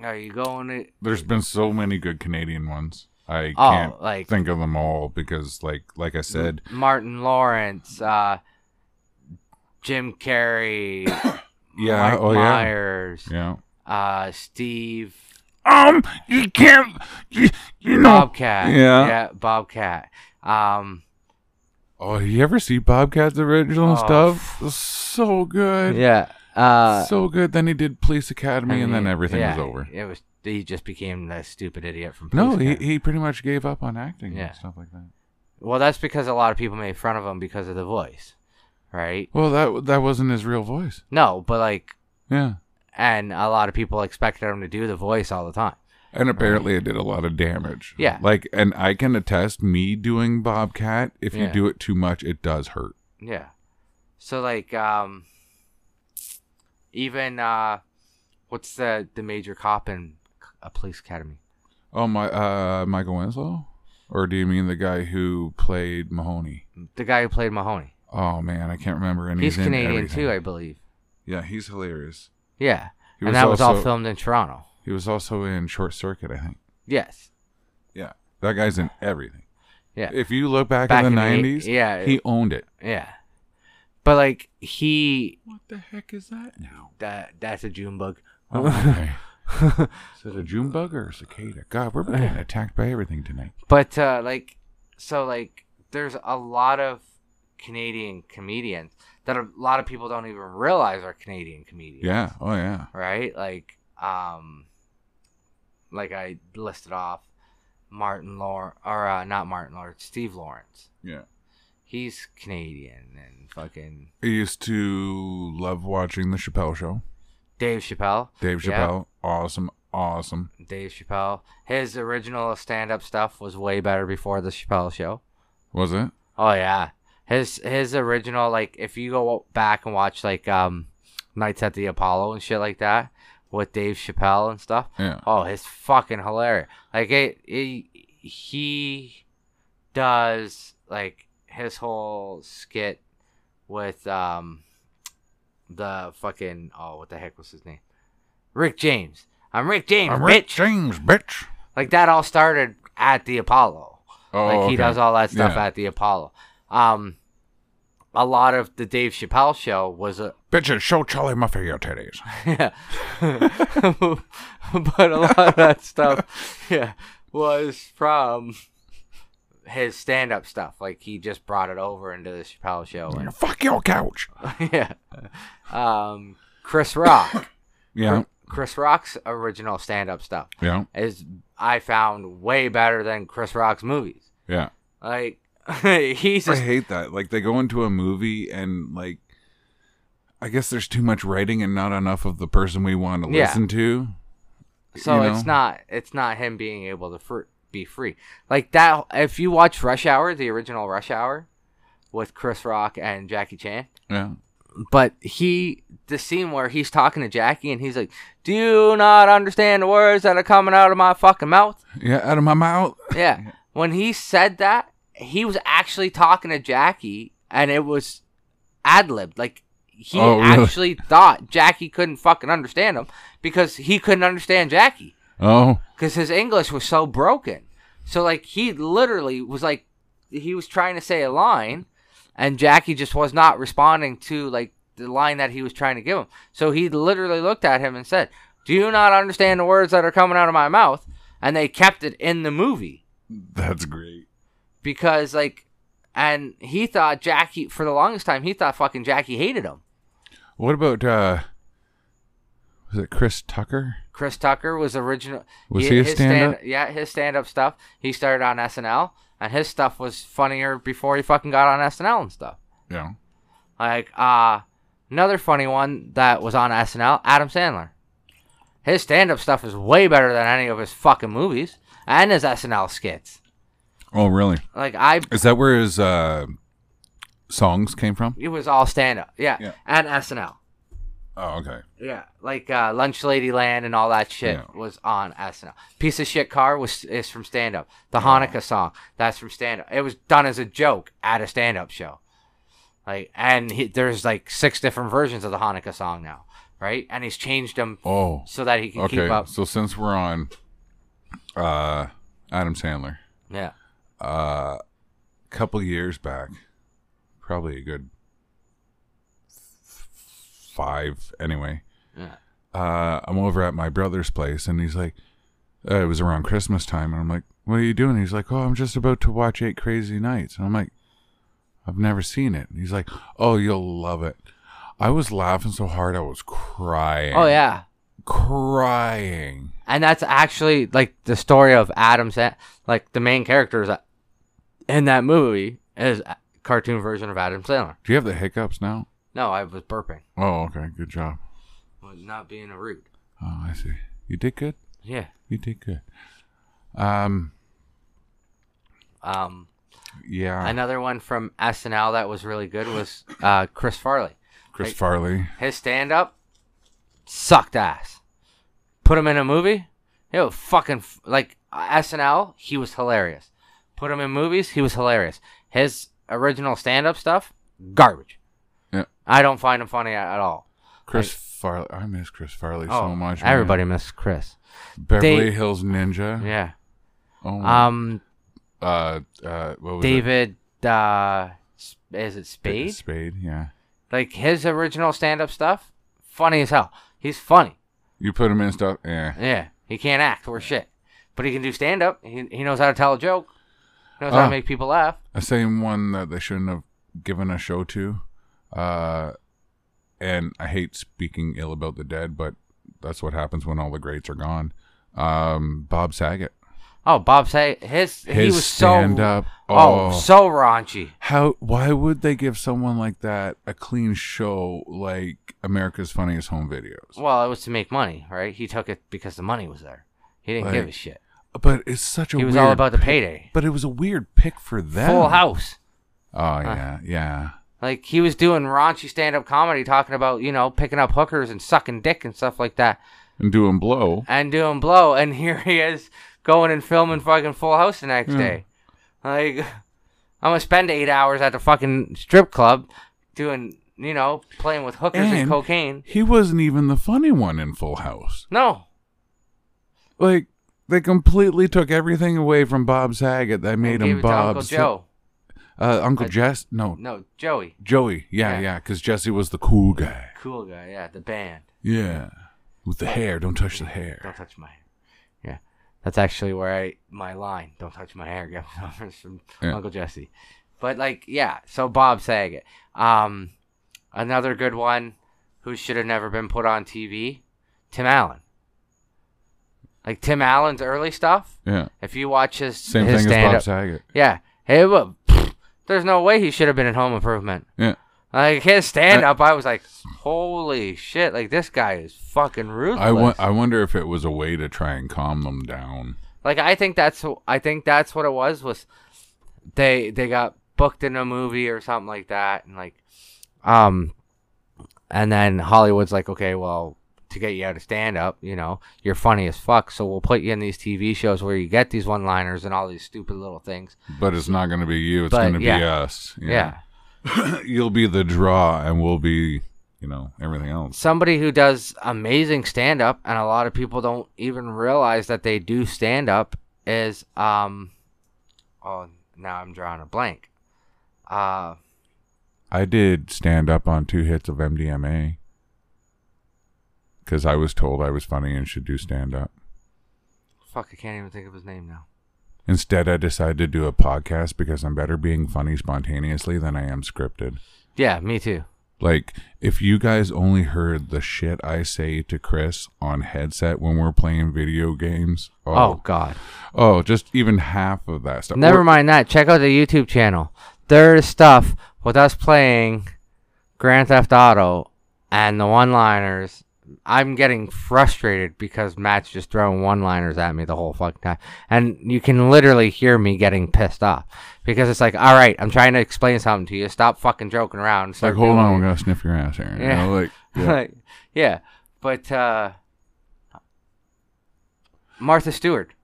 Speaker 3: Are you going to?
Speaker 2: there's been so many good Canadian ones. I
Speaker 3: Oh,
Speaker 2: can't
Speaker 3: like-
Speaker 2: think of them all because, like, like I said,
Speaker 3: Martin Lawrence, uh, Jim Carrey,
Speaker 2: yeah,
Speaker 3: Mike
Speaker 2: oh yeah,
Speaker 3: Myers,
Speaker 2: yeah.
Speaker 3: Uh, Steve
Speaker 2: Um, you can't, you, you
Speaker 3: Bobcat,
Speaker 2: Yeah.
Speaker 3: yeah, Bobcat. Um,
Speaker 2: Oh, did you ever see Bobcat's original
Speaker 3: Oh.
Speaker 2: stuff? So good.
Speaker 3: yeah. Uh,
Speaker 2: so good. Then he did Police Academy, and then
Speaker 3: mean,
Speaker 2: everything
Speaker 3: yeah,
Speaker 2: was over.
Speaker 3: It was he just became that stupid idiot from
Speaker 2: No,
Speaker 3: Police
Speaker 2: he,
Speaker 3: Academy.
Speaker 2: he pretty much gave up on acting
Speaker 3: Yeah.
Speaker 2: and stuff like that.
Speaker 3: well, that's because a lot of people made fun of him because of the voice, right?
Speaker 2: Well, that that wasn't his real voice.
Speaker 3: No, but like,
Speaker 2: Yeah,
Speaker 3: and a lot of people expected him to do the voice all the time.
Speaker 2: and apparently it did a lot of damage.
Speaker 3: Yeah.
Speaker 2: like, and I can attest, me doing Bobcat, if you
Speaker 3: Yeah.
Speaker 2: do it too much, it does hurt.
Speaker 3: Yeah. So like, um, even uh, what's the the major cop in a police academy?
Speaker 2: Oh my, uh, Michael Winslow, or do you mean the guy who played Mahoney?
Speaker 3: The guy who played Mahoney.
Speaker 2: Oh man, I can't remember. And
Speaker 3: He's,
Speaker 2: in
Speaker 3: Canadian
Speaker 2: everything.
Speaker 3: too, I believe.
Speaker 2: Yeah, he's hilarious.
Speaker 3: Yeah.
Speaker 2: He
Speaker 3: and that was all
Speaker 2: also-
Speaker 3: filmed in Toronto.
Speaker 2: He was also in Short Circuit, I think.
Speaker 3: Yes.
Speaker 2: Yeah, that guy's in everything.
Speaker 3: Yeah.
Speaker 2: If you look back,
Speaker 3: Back
Speaker 2: in
Speaker 3: in
Speaker 2: the
Speaker 3: the eight-
Speaker 2: nineties,
Speaker 3: yeah.
Speaker 2: he owned it.
Speaker 3: Yeah. But like he
Speaker 2: What the heck is that now?
Speaker 3: that that's a June bug.
Speaker 2: is it a June bug or a cicada? God, we're getting attacked by everything tonight.
Speaker 3: But uh like so like there's a lot of Canadian comedians that a lot of people don't even realize are Canadian comedians.
Speaker 2: Yeah. Oh yeah.
Speaker 3: Right? Like um like I listed off Martin Lawrence or uh, not Martin Lawrence, Steve Lawrence.
Speaker 2: Yeah.
Speaker 3: He's Canadian and fucking
Speaker 2: I used to love watching the Chappelle Show.
Speaker 3: Dave Chappelle.
Speaker 2: Dave
Speaker 3: Yeah.
Speaker 2: Chappelle, awesome, awesome.
Speaker 3: Dave Chappelle. His original stand-up stuff was way better before the Chappelle show.
Speaker 2: Was it?
Speaker 3: Oh yeah. His his original like if you go back and watch like um Nights at the Apollo and shit like that with Dave Chappelle and stuff.
Speaker 2: Yeah.
Speaker 3: Oh, it's fucking hilarious. Like it, it he does like his whole skit with um the fucking oh what the heck was his name? Rick James. I'm Rick James,
Speaker 2: I'm
Speaker 3: bitch.
Speaker 2: Rick James, bitch.
Speaker 3: Like that all started at the Apollo.
Speaker 2: Oh,
Speaker 3: like he
Speaker 2: okay.
Speaker 3: does all that stuff
Speaker 2: Yeah.
Speaker 3: at the Apollo. Um, a lot of the Dave Chappelle show was a,
Speaker 2: Bitches, show Charlie Murphy your titties.
Speaker 3: yeah, but a lot of that stuff, yeah, was from his stand-up stuff. Like he just brought it over into the Chappelle show, and
Speaker 2: Fuck your couch.
Speaker 3: yeah, um, Chris Rock,
Speaker 2: Yeah.
Speaker 3: Chris Rock's original stand-up stuff
Speaker 2: Yeah.
Speaker 3: is I found way better than Chris Rock's movies.
Speaker 2: Yeah.
Speaker 3: Like he's
Speaker 2: I
Speaker 3: just
Speaker 2: hate that. Like they go into a movie and like I guess there's too much writing and not enough of the person we want to
Speaker 3: Yeah.
Speaker 2: listen to.
Speaker 3: so
Speaker 2: you
Speaker 3: it's
Speaker 2: know?
Speaker 3: not it's not him being able to fr- be free like that. If you watch Rush Hour, the original Rush Hour, with Chris Rock and Jackie Chan,
Speaker 2: Yeah.
Speaker 3: but he the scene where he's talking to Jackie and he's like, "Do you not understand the words that are coming out of my fucking mouth?"
Speaker 2: Yeah, out of my mouth.
Speaker 3: Yeah, when he said that, he was actually talking to Jackie, and it was ad libbed. Like he
Speaker 2: Oh, really?
Speaker 3: actually thought Jackie couldn't fucking understand him because he couldn't understand Jackie.
Speaker 2: Oh.
Speaker 3: because his English was so broken. So like he literally was like he was trying to say a line, and Jackie just was not responding to like the line that he was trying to give him. So he literally looked at him and said, "Do you not understand the words that are coming out of my mouth?" And they kept it in the movie
Speaker 2: That's great.
Speaker 3: because like, and he thought Jackie for the longest time he thought fucking Jackie hated him.
Speaker 2: What about uh Was it Chris Tucker?
Speaker 3: Chris Tucker was original.
Speaker 2: Was he a
Speaker 3: his
Speaker 2: stand-up?
Speaker 3: yeah, his stand-up stuff. He started on SNL, and his stuff was funnier before he fucking got on SNL and stuff.
Speaker 2: Yeah.
Speaker 3: Like uh another funny one that was on SNL, Adam Sandler. His stand-up stuff is way better than any of his fucking movies and his SNL skits.
Speaker 2: Oh, really?
Speaker 3: Like I
Speaker 2: Is that where his uh, songs came from?
Speaker 3: it was all stand-up. Yeah.
Speaker 2: Yeah.
Speaker 3: And SNL.
Speaker 2: Oh, okay.
Speaker 3: Yeah, like uh, Lunch Lady Land and all that shit
Speaker 2: Yeah.
Speaker 3: was on SNL. Piece of shit car was is from stand up. The Hanukkah song that's from stand up. It was done as a joke at a stand up show. Like, and he, there's like six different versions of the Hanukkah song now, right? And he's changed them
Speaker 2: Oh,
Speaker 3: so that he can
Speaker 2: okay.
Speaker 3: keep up.
Speaker 2: So since we're on uh, Adam Sandler,
Speaker 3: Yeah,
Speaker 2: uh, couple years back, probably a good f- five anyway.
Speaker 3: Yeah.
Speaker 2: Uh, I'm over at my brother's place, and he's like, uh, it was around Christmas time, and I'm like, what are you doing? He's like, oh, I'm just about to watch Eight Crazy Nights, and I'm like, I've never seen it. And he's like, oh, you'll love it. I was laughing so hard I was crying.
Speaker 3: Oh yeah,
Speaker 2: crying.
Speaker 3: and that's actually like the story of Adam. Sa- like the main characters in that movie is a cartoon version of Adam Sandler.
Speaker 2: Do you have the hiccups now?
Speaker 3: No, I was burping.
Speaker 2: Oh, okay, good job.
Speaker 3: was not being a rude.
Speaker 2: Oh, I see. You did good.
Speaker 3: Yeah.
Speaker 2: You did good. Um,
Speaker 3: Um,
Speaker 2: yeah.
Speaker 3: Another one from SNL that was really good was uh, Chris Farley.
Speaker 2: Chris
Speaker 3: Like-
Speaker 2: Farley.
Speaker 3: His stand up sucked ass. Put him in a movie, he was fucking f- like uh, SNL. He was hilarious. Put him in movies, he was hilarious. His original stand up stuff, garbage.
Speaker 2: Yeah.
Speaker 3: I don't find him funny at, at all.
Speaker 2: Chris Farley. I miss Chris Farley so much. man.
Speaker 3: Oh, everybody misses Chris.
Speaker 2: Beverly
Speaker 3: They-
Speaker 2: Hills Ninja.
Speaker 3: Yeah.
Speaker 2: Oh, my-
Speaker 3: Um,
Speaker 2: uh, uh, what was it?
Speaker 3: David. Uh, S- is it
Speaker 2: Sp-
Speaker 3: Spade?
Speaker 2: Spade. Yeah.
Speaker 3: Like his original stand up stuff, funny as hell. He's funny.
Speaker 2: You put him in stuff. Yeah.
Speaker 3: Yeah. He can't act or shit. But he can do stand up. He, he knows how to tell a joke. He knows how
Speaker 2: Ah.
Speaker 3: to make people laugh.
Speaker 2: The same one that they shouldn't have given a show to. Uh, and I hate speaking ill about the dead, but that's what happens when all the greats are gone. Um, Bob Saget.
Speaker 3: Oh, Bob say his, he
Speaker 2: His
Speaker 3: was
Speaker 2: stand
Speaker 3: so
Speaker 2: up.
Speaker 3: oh. so raunchy.
Speaker 2: How? Why would they give someone like that a clean show like America's Funniest Home Videos?
Speaker 3: Well, it was to make money, right? He took it because the money was there. He didn't give
Speaker 2: Like,
Speaker 3: a shit.
Speaker 2: But it's such a.
Speaker 3: He was
Speaker 2: weird
Speaker 3: all about the
Speaker 2: pick-
Speaker 3: payday.
Speaker 2: But it was a weird pick for them.
Speaker 3: Full house.
Speaker 2: Oh yeah, yeah.
Speaker 3: Like he was doing raunchy stand up comedy talking about, you know, picking up hookers and sucking dick and stuff like that.
Speaker 2: And doing blow.
Speaker 3: and doing blow, and here he is going and filming fucking Full House the next
Speaker 2: Yeah.
Speaker 3: day. Like, I'm gonna spend eight hours at the fucking strip club doing, you know, playing with hookers and,
Speaker 2: And-
Speaker 3: cocaine.
Speaker 2: He wasn't even the funny one in Full House.
Speaker 3: No,
Speaker 2: Like they completely took everything away from Bob Saget that
Speaker 3: I
Speaker 2: made
Speaker 3: gave
Speaker 2: him
Speaker 3: it to
Speaker 2: Bob.
Speaker 3: Uncle
Speaker 2: Sa-
Speaker 3: Joe.
Speaker 2: Uh, Uncle
Speaker 3: Uh,
Speaker 2: Jess. No,
Speaker 3: No, Joey,
Speaker 2: Joey. Yeah,
Speaker 3: Yeah.
Speaker 2: yeah. Because Jesse was the cool guy.
Speaker 3: cool guy. Yeah, the band.
Speaker 2: Yeah, with the hair. Don't touch the
Speaker 3: Don't
Speaker 2: hair.
Speaker 3: touch my hair. Yeah, that's actually where I my line. Don't touch my hair. Comes from
Speaker 2: Yeah.
Speaker 3: Uncle Jesse. But like, yeah. So Bob Saget. Um, another good one who should have never been put on TV. Tim Allen. Like Tim Allen's early stuff.
Speaker 2: Yeah.
Speaker 3: If you watch his
Speaker 2: Same
Speaker 3: his
Speaker 2: thing as
Speaker 3: stand
Speaker 2: Bob
Speaker 3: up,
Speaker 2: Saget.
Speaker 3: yeah. Hey, well, pfft, there's no way he should have been in Home Improvement.
Speaker 2: Yeah.
Speaker 3: Like his stand up, I, was like, holy shit! Like this guy is fucking ruthless.
Speaker 2: I, wo- I wonder if it was a way to try and calm them down.
Speaker 3: Like I think that's I think that's what it was was they they got booked in a movie or something like that and like um and then Hollywood's like okay well to get you out of stand up you know you're funny as fuck so we'll put you in these TV shows where you get these one liners and all these stupid little things
Speaker 2: But it's not going to be you. It's
Speaker 3: But,
Speaker 2: going to be
Speaker 3: yeah.
Speaker 2: us.
Speaker 3: yeah.
Speaker 2: You'll be the draw, and we'll be, you know, everything else.
Speaker 3: somebody who does amazing stand up and a lot of people don't even realize that they do stand up is um oh now I'm drawing a blank uh
Speaker 2: I did stand up on two hits of MDMA because I was told I was funny and should do stand up.
Speaker 3: Fuck, I can't even think of his name now.
Speaker 2: Instead, I decided to do a podcast because I'm better being funny spontaneously than I am scripted.
Speaker 3: Yeah, me too.
Speaker 2: Like, if you guys only heard the shit I say to Chris on headset when we're playing video games,
Speaker 3: Oh God.
Speaker 2: oh, just even half of that stuff.
Speaker 3: Never
Speaker 2: Or-
Speaker 3: mind that. Check out the YouTube channel. There's stuff with us playing Grand Theft Auto and the one-liners. I'm getting frustrated because Matt's just throwing one-liners at me the whole fucking time, and you can literally hear me getting pissed off because it's like, all right, I'm trying to explain something to you. Stop fucking joking around. and
Speaker 2: It's like,
Speaker 3: start
Speaker 2: hold
Speaker 3: doing
Speaker 2: on,
Speaker 3: it."
Speaker 2: I'm gonna sniff your ass here.
Speaker 3: Yeah.
Speaker 2: You know, like, yeah.
Speaker 3: yeah. but uh, Martha Stewart,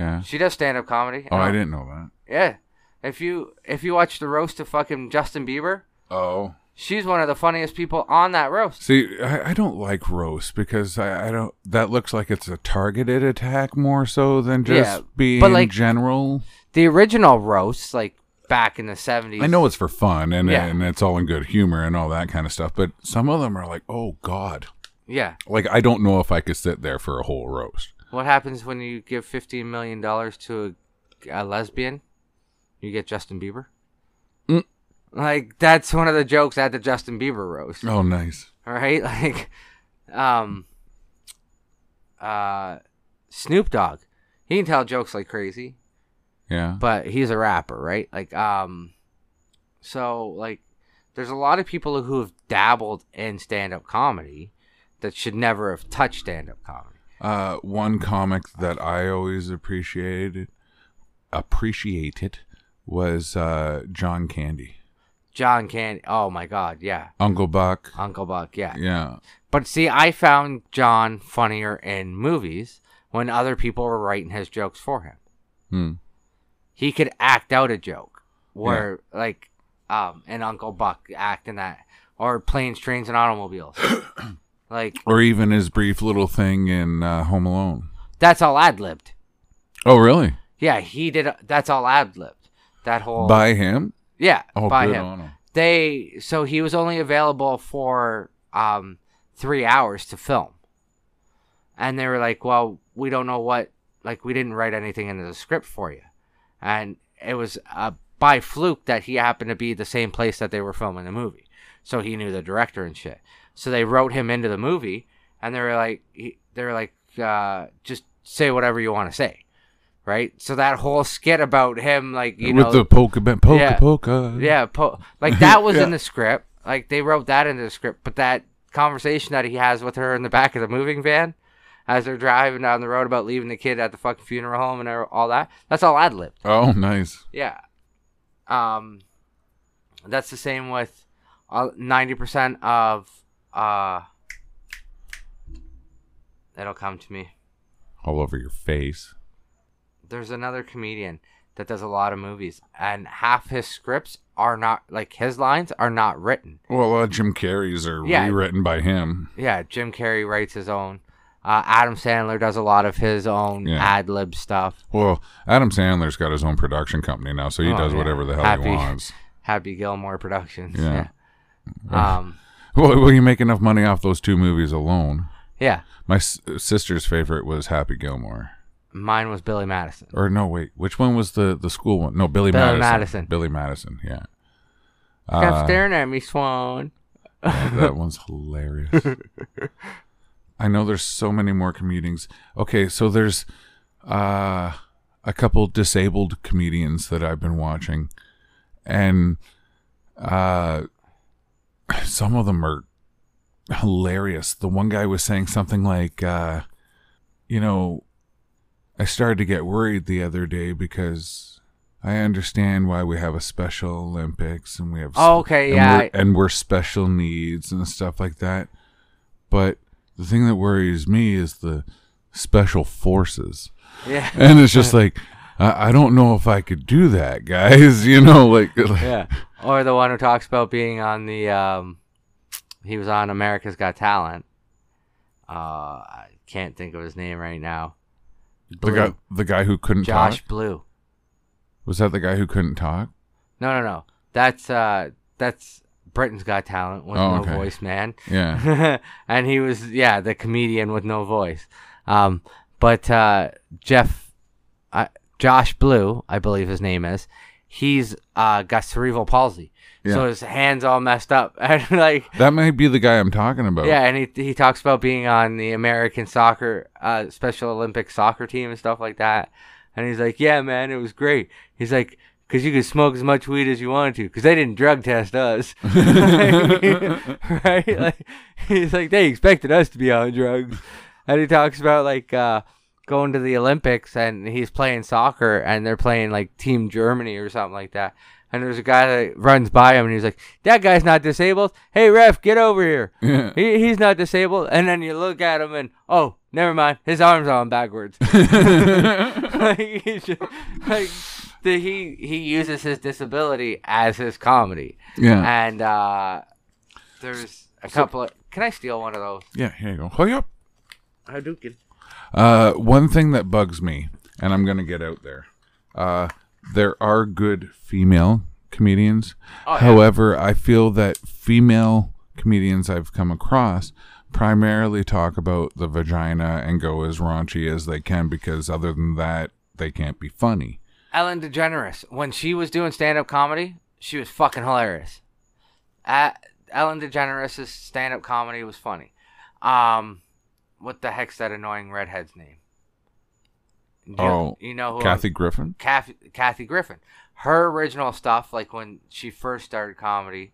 Speaker 2: yeah.
Speaker 3: she does stand-up comedy.
Speaker 2: Oh, I
Speaker 3: Um,
Speaker 2: didn't know that.
Speaker 3: Yeah, if you if you watch the roast of fucking Justin Bieber,
Speaker 2: Oh,
Speaker 3: she's one of the funniest people on that roast.
Speaker 2: see, I, I don't like roast because I, I don't. That looks like it's a targeted attack more so than just
Speaker 3: Yeah,
Speaker 2: being
Speaker 3: but, like,
Speaker 2: general.
Speaker 3: The original roasts, like back in the seventies.
Speaker 2: I know it's for fun and
Speaker 3: Yeah.
Speaker 2: and it's all in good humor and all that kind of stuff, but some of them are like, oh god,
Speaker 3: Yeah.
Speaker 2: like I don't know if I could sit there for a whole roast.
Speaker 3: What happens when you give fifteen million dollars to a, a lesbian? You get Justin Bieber.
Speaker 2: Mm.
Speaker 3: Like that's one of the jokes at the Justin Bieber roast.
Speaker 2: Oh, nice.
Speaker 3: All right, like, um, uh, Snoop Dogg, he can tell jokes like crazy,
Speaker 2: Yeah.
Speaker 3: but he's a rapper, right? Like, um, so like, there's a lot of people who have dabbled in stand-up comedy that should never have touched stand-up comedy.
Speaker 2: Uh, one comic that I always appreciated appreciated was uh, John Candy,
Speaker 3: John Candy, oh my God, yeah,
Speaker 2: Uncle Buck.
Speaker 3: Uncle Buck, yeah.
Speaker 2: Yeah.
Speaker 3: But see, I found John funnier in movies when other people were writing his jokes for him.
Speaker 2: Hmm.
Speaker 3: he could act out a joke where like um an uncle buck acting that or planes trains and automobiles like
Speaker 2: Or even his brief little thing in uh, Home Alone.
Speaker 3: that's all ad-libbed
Speaker 2: Oh, really?
Speaker 3: yeah he did that's all ad-libbed that whole
Speaker 2: By him?
Speaker 3: yeah
Speaker 2: Oh,
Speaker 3: Oh. by
Speaker 2: good
Speaker 3: him
Speaker 2: on him.
Speaker 3: they so he was only available for um three hours to film and they were like well we don't know what like we didn't write anything into the script for you and it was uh, by fluke that he happened to be the same place that they were filming the movie so he knew the director and shit so they wrote him into the movie and they were like he, they were like uh, just say whatever you want to say right so that whole skit about him like you
Speaker 2: With
Speaker 3: know
Speaker 2: the polka, ben- polka,
Speaker 3: Yeah.
Speaker 2: polka.
Speaker 3: yeah, po- like that was
Speaker 2: Yeah.
Speaker 3: in the script. Like they wrote that into the script, but that conversation that he has with her in the back of the moving van as they're driving down the road about leaving the kid at the fucking funeral home and all that, that's all ad libbed.
Speaker 2: Oh, nice.
Speaker 3: Yeah. Um, that's the same with uh, ninety percent of uh. It'll come to me.
Speaker 2: All over your face.
Speaker 3: There's another comedian that does a lot of movies, and half his scripts are not like his lines are not written.
Speaker 2: Well, a lot of Jim Carrey's are
Speaker 3: Yeah.
Speaker 2: rewritten by him.
Speaker 3: Yeah, Jim Carrey writes his own. Uh, Adam Sandler does a lot of his own
Speaker 2: Yeah.
Speaker 3: ad lib stuff.
Speaker 2: Well, Adam Sandler's got his own production company now, so he
Speaker 3: Oh,
Speaker 2: does
Speaker 3: yeah.
Speaker 2: whatever the hell
Speaker 3: Happy.
Speaker 2: he wants.
Speaker 3: Happy Gilmore Productions.
Speaker 2: Yeah.
Speaker 3: Yeah. Yeah. Um,
Speaker 2: Well, well, you make enough money off those two movies alone.
Speaker 3: yeah.
Speaker 2: My s- sister's favorite was Happy Gilmore.
Speaker 3: Mine was Billy Madison.
Speaker 2: Or no, wait, which one was the the school one? No, Billy, Madison.
Speaker 3: Billy Madison.
Speaker 2: Billy Madison. Yeah.
Speaker 3: Stop
Speaker 2: Uh,
Speaker 3: staring at me, Swan.
Speaker 2: that one's hilarious. I know there's so many more comedians. Okay, so there's uh, a couple disabled comedians that I've been watching, and uh, some of them are hilarious. The one guy was saying something like, uh, you know, I started to get worried the other day because I understand why we have a Special Olympics and we have
Speaker 3: Oh, okay,
Speaker 2: and
Speaker 3: yeah.
Speaker 2: we're, and we're special needs and stuff like that. But the thing that worries me is the special forces,
Speaker 3: yeah.
Speaker 2: and it's just like I, I don't know if I could do that, guys. You know, like, like-
Speaker 3: yeah. Or the one who talks about being on the um he was on America's Got Talent. Uh I can't think of his name right now.
Speaker 2: the
Speaker 3: Blue.
Speaker 2: guy the guy who couldn't
Speaker 3: Josh
Speaker 2: talk
Speaker 3: Blue.
Speaker 2: was that the guy who couldn't talk?
Speaker 3: No, no, no. That's uh that's Britain's Got Talent with
Speaker 2: Oh,
Speaker 3: no
Speaker 2: okay.
Speaker 3: voice, man.
Speaker 2: Yeah,
Speaker 3: and he was yeah, the comedian with no voice. Um but uh Jeff uh, Josh Blue, I believe his name is. he's uh, got cerebral palsy, so
Speaker 2: Yeah.
Speaker 3: his hands all messed up, and like
Speaker 2: That might be the guy I'm talking about.
Speaker 3: yeah, and he he talks about being on the American soccer uh, Special Olympic soccer team and stuff like that. And he's like, "Yeah, man, it was great." He's like, "Cause you could smoke as much weed as you wanted to, cause they didn't drug test us, right?" Like, he's like, "They expected us to be on drugs." And he talks about like uh, going to the Olympics, and he's playing soccer, and they're playing like Team Germany or something like that. And there's a guy that runs by him, and he's like, "That guy's not disabled. Hey, ref, get over here."
Speaker 2: Yeah.
Speaker 3: He, he's not disabled. And then you look at him and, oh, never mind. His arm's on backwards. like, he's just- like, the, he, he uses his disability as his comedy.
Speaker 2: Yeah.
Speaker 3: And uh, there's a couple of. Can I steal one of those?
Speaker 2: Yeah. Here you go. Hurry up.
Speaker 3: Hadouken.
Speaker 2: Uh, one thing that bugs me, and I'm gonna get out there. Uh, there are good female comedians.
Speaker 3: Oh, yeah.
Speaker 2: However, I feel that female comedians I've come across primarily talk about the vagina and go as raunchy as they can because other than that, they can't be funny.
Speaker 3: Ellen DeGeneres, when she was doing stand up comedy, she was fucking hilarious. Uh, Ellen DeGeneres' stand up comedy was funny. Um, what the heck's that annoying redhead's name? You-
Speaker 2: Oh,
Speaker 3: you know who? I'm-
Speaker 2: Kathy Griffin.
Speaker 3: Kathy, Kathy Griffin. Her original stuff, like when she first started comedy,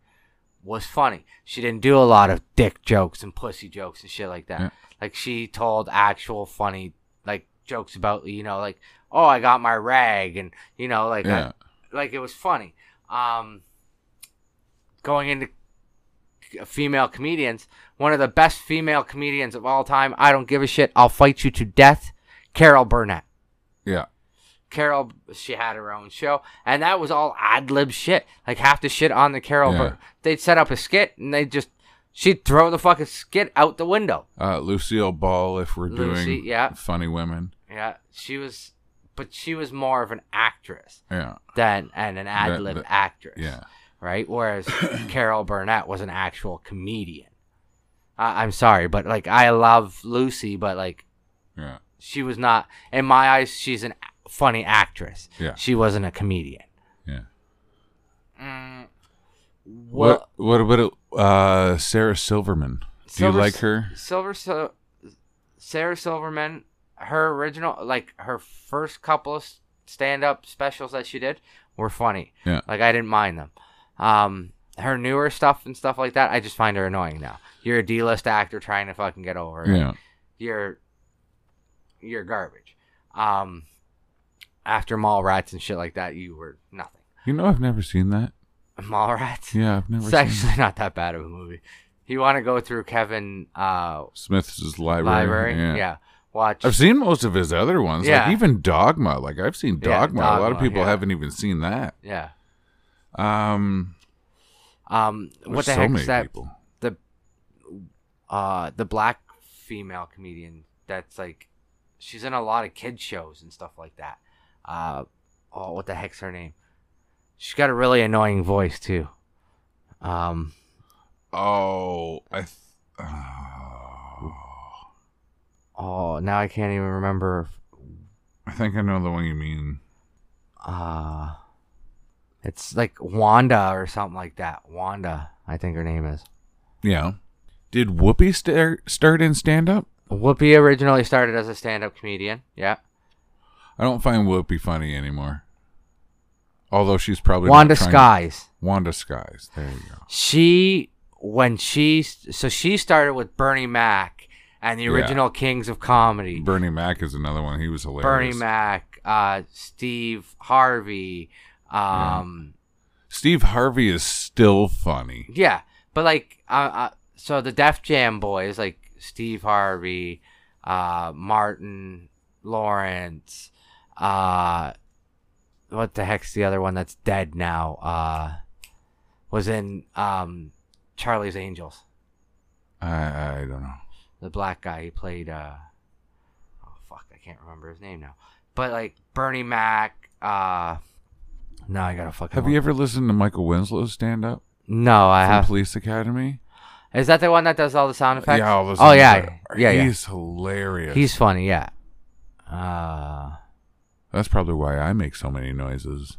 Speaker 3: was funny. She didn't do a lot of dick jokes and pussy jokes and shit like that.
Speaker 2: Yeah.
Speaker 3: Like she told actual funny like jokes about you know like oh I got my rag and you know like I-
Speaker 2: Yeah.
Speaker 3: like it was funny. Um, going into female comedians, one of the best female comedians of all time. I don't give a shit. I'll fight you to death. Carol Burnett.
Speaker 2: Yeah.
Speaker 3: Carol, she had her own show, and that was all ad lib shit. Like half the shit on the Carol,
Speaker 2: Yeah.
Speaker 3: Bur- they'd set up a skit and they just she'd throw the fucking skit out the window.
Speaker 2: Uh, Lucille Ball, if we're
Speaker 3: Lucy,
Speaker 2: doing
Speaker 3: yeah.
Speaker 2: funny women.
Speaker 3: Yeah, she was, but she was more of an actress
Speaker 2: Yeah.
Speaker 3: than and an ad lib
Speaker 2: that-
Speaker 3: actress.
Speaker 2: Yeah.
Speaker 3: right? Whereas Carol Burnett was an actual comedian. I- I'm sorry, but like I love Lucy, but like
Speaker 2: Yeah.
Speaker 3: she was not in my eyes. She's an a- funny actress.
Speaker 2: Yeah.
Speaker 3: She wasn't a comedian.
Speaker 2: Yeah.
Speaker 3: Mm, well,
Speaker 2: What what about uh Sarah Silverman? Do
Speaker 3: Silver-
Speaker 2: you like her?
Speaker 3: Silver so Sarah Silverman, her original like her first couple of stand up specials that she did were funny.
Speaker 2: Yeah.
Speaker 3: Like I didn't mind them. Um her newer stuff and stuff like that, I just find her annoying now. You're a D list actor trying to fucking get over. it.
Speaker 2: Yeah.
Speaker 3: You're you're garbage. Um after mall rats and shit like that, you were nothing.
Speaker 2: You know I've never seen that.
Speaker 3: Mall rats?
Speaker 2: Yeah, I've never
Speaker 3: it's
Speaker 2: seen
Speaker 3: actually not that bad of a movie. You want to go through Kevin uh,
Speaker 2: Smith's library.
Speaker 3: library. Yeah. Watch.
Speaker 2: I've seen most of his other ones.
Speaker 3: Yeah.
Speaker 2: Like even Dogma. Like I've seen
Speaker 3: Yeah,
Speaker 2: Dogma. A lot of
Speaker 3: Dogma,
Speaker 2: people
Speaker 3: yeah.
Speaker 2: haven't even seen that.
Speaker 3: yeah.
Speaker 2: Um
Speaker 3: Um. What
Speaker 2: there's
Speaker 3: the
Speaker 2: so
Speaker 3: heck
Speaker 2: many
Speaker 3: is that?
Speaker 2: people.
Speaker 3: The uh the black female comedian that's like she's in a lot of kid shows and stuff like that. Uh oh, what the heck's her name? She's got a really annoying voice too. Um.
Speaker 2: Oh, I th- oh,
Speaker 3: Oh, now I can't even remember.
Speaker 2: I think I know the one you mean.
Speaker 3: Uh. It's like Wanda or something like that. Wanda, I think her name is.
Speaker 2: Yeah. Did Whoopi star- start in stand up?
Speaker 3: Whoopi originally started as a stand-up comedian. Yeah.
Speaker 2: I don't find Whoopi funny anymore. Although she's probably not
Speaker 3: Wanda
Speaker 2: trying-
Speaker 3: Skies.
Speaker 2: Wanda Skies. There you go.
Speaker 3: She when she so she started with Bernie Mac and the
Speaker 2: Yeah.
Speaker 3: original Kings of Comedy.
Speaker 2: Bernie Mac is another one. He was hilarious.
Speaker 3: Bernie Mac, uh, Steve Harvey, um,
Speaker 2: Steve Harvey is still funny.
Speaker 3: yeah. But like, uh, uh, so the Def Jam boys like Steve Harvey, uh, Martin Lawrence, uh, what the heck's the other one that's dead now? Uh, was in um, Charlie's Angels.
Speaker 2: I, I don't know.
Speaker 3: the black guy he played uh oh fuck i can't remember his name now but like bernie mac uh no i gotta fucking
Speaker 2: Have you ever listened to Michael Winslow's stand up
Speaker 3: no i
Speaker 2: from
Speaker 3: have
Speaker 2: Police Academy?
Speaker 3: is that the one that does all the sound effects
Speaker 2: Yeah, all those
Speaker 3: oh
Speaker 2: things
Speaker 3: yeah
Speaker 2: are-
Speaker 3: yeah yeah
Speaker 2: He's hilarious.
Speaker 3: he's funny yeah uh
Speaker 2: That's probably why I make so many noises.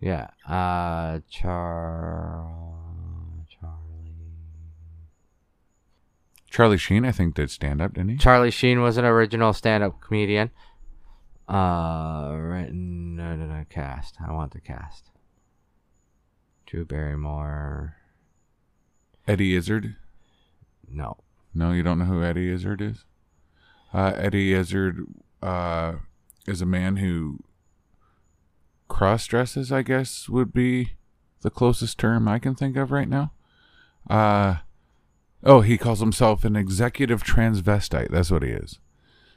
Speaker 3: Yeah. Uh, Char Charlie.
Speaker 2: Charlie Sheen, I think, did stand up, didn't he?
Speaker 3: Charlie Sheen was an original stand-up comedian. Uh, written no, no, no, cast. I want the cast. Drew Barrymore.
Speaker 2: Eddie Izzard.
Speaker 3: No,
Speaker 2: No, you don't know who Eddie Izzard is? Uh, Eddie Izzard uh, is a man who cross dresses, I guess, would be the closest term I can think of right now. Uh, oh, he calls himself an executive transvestite. That's what he is.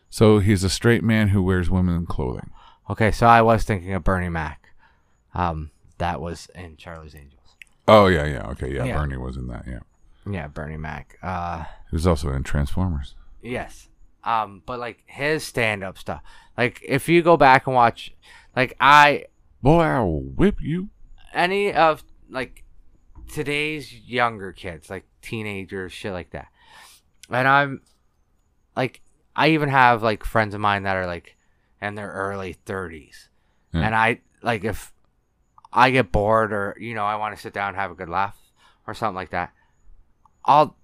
Speaker 2: So he's a straight man who wears women's clothing.
Speaker 3: Okay, so I was thinking of Bernie Mac. Um, that was in Charlie's Angels.
Speaker 2: Oh, yeah, yeah. Okay, yeah.
Speaker 3: Yeah.
Speaker 2: Bernie was in that, yeah.
Speaker 3: Yeah, Bernie Mac. Uh,
Speaker 2: He was also in Transformers.
Speaker 3: yes. Um, but like his stand-up stuff. Like if you go back and watch, like I
Speaker 2: Boy, I'll whip you.
Speaker 3: any of like today's younger kids, like teenagers, shit like that. And I'm like, I even have like friends of mine that are like in their early 30s.
Speaker 2: Yeah.
Speaker 3: And I like, if I get bored or, you know, I want to sit down and have a good laugh or something like that, I'll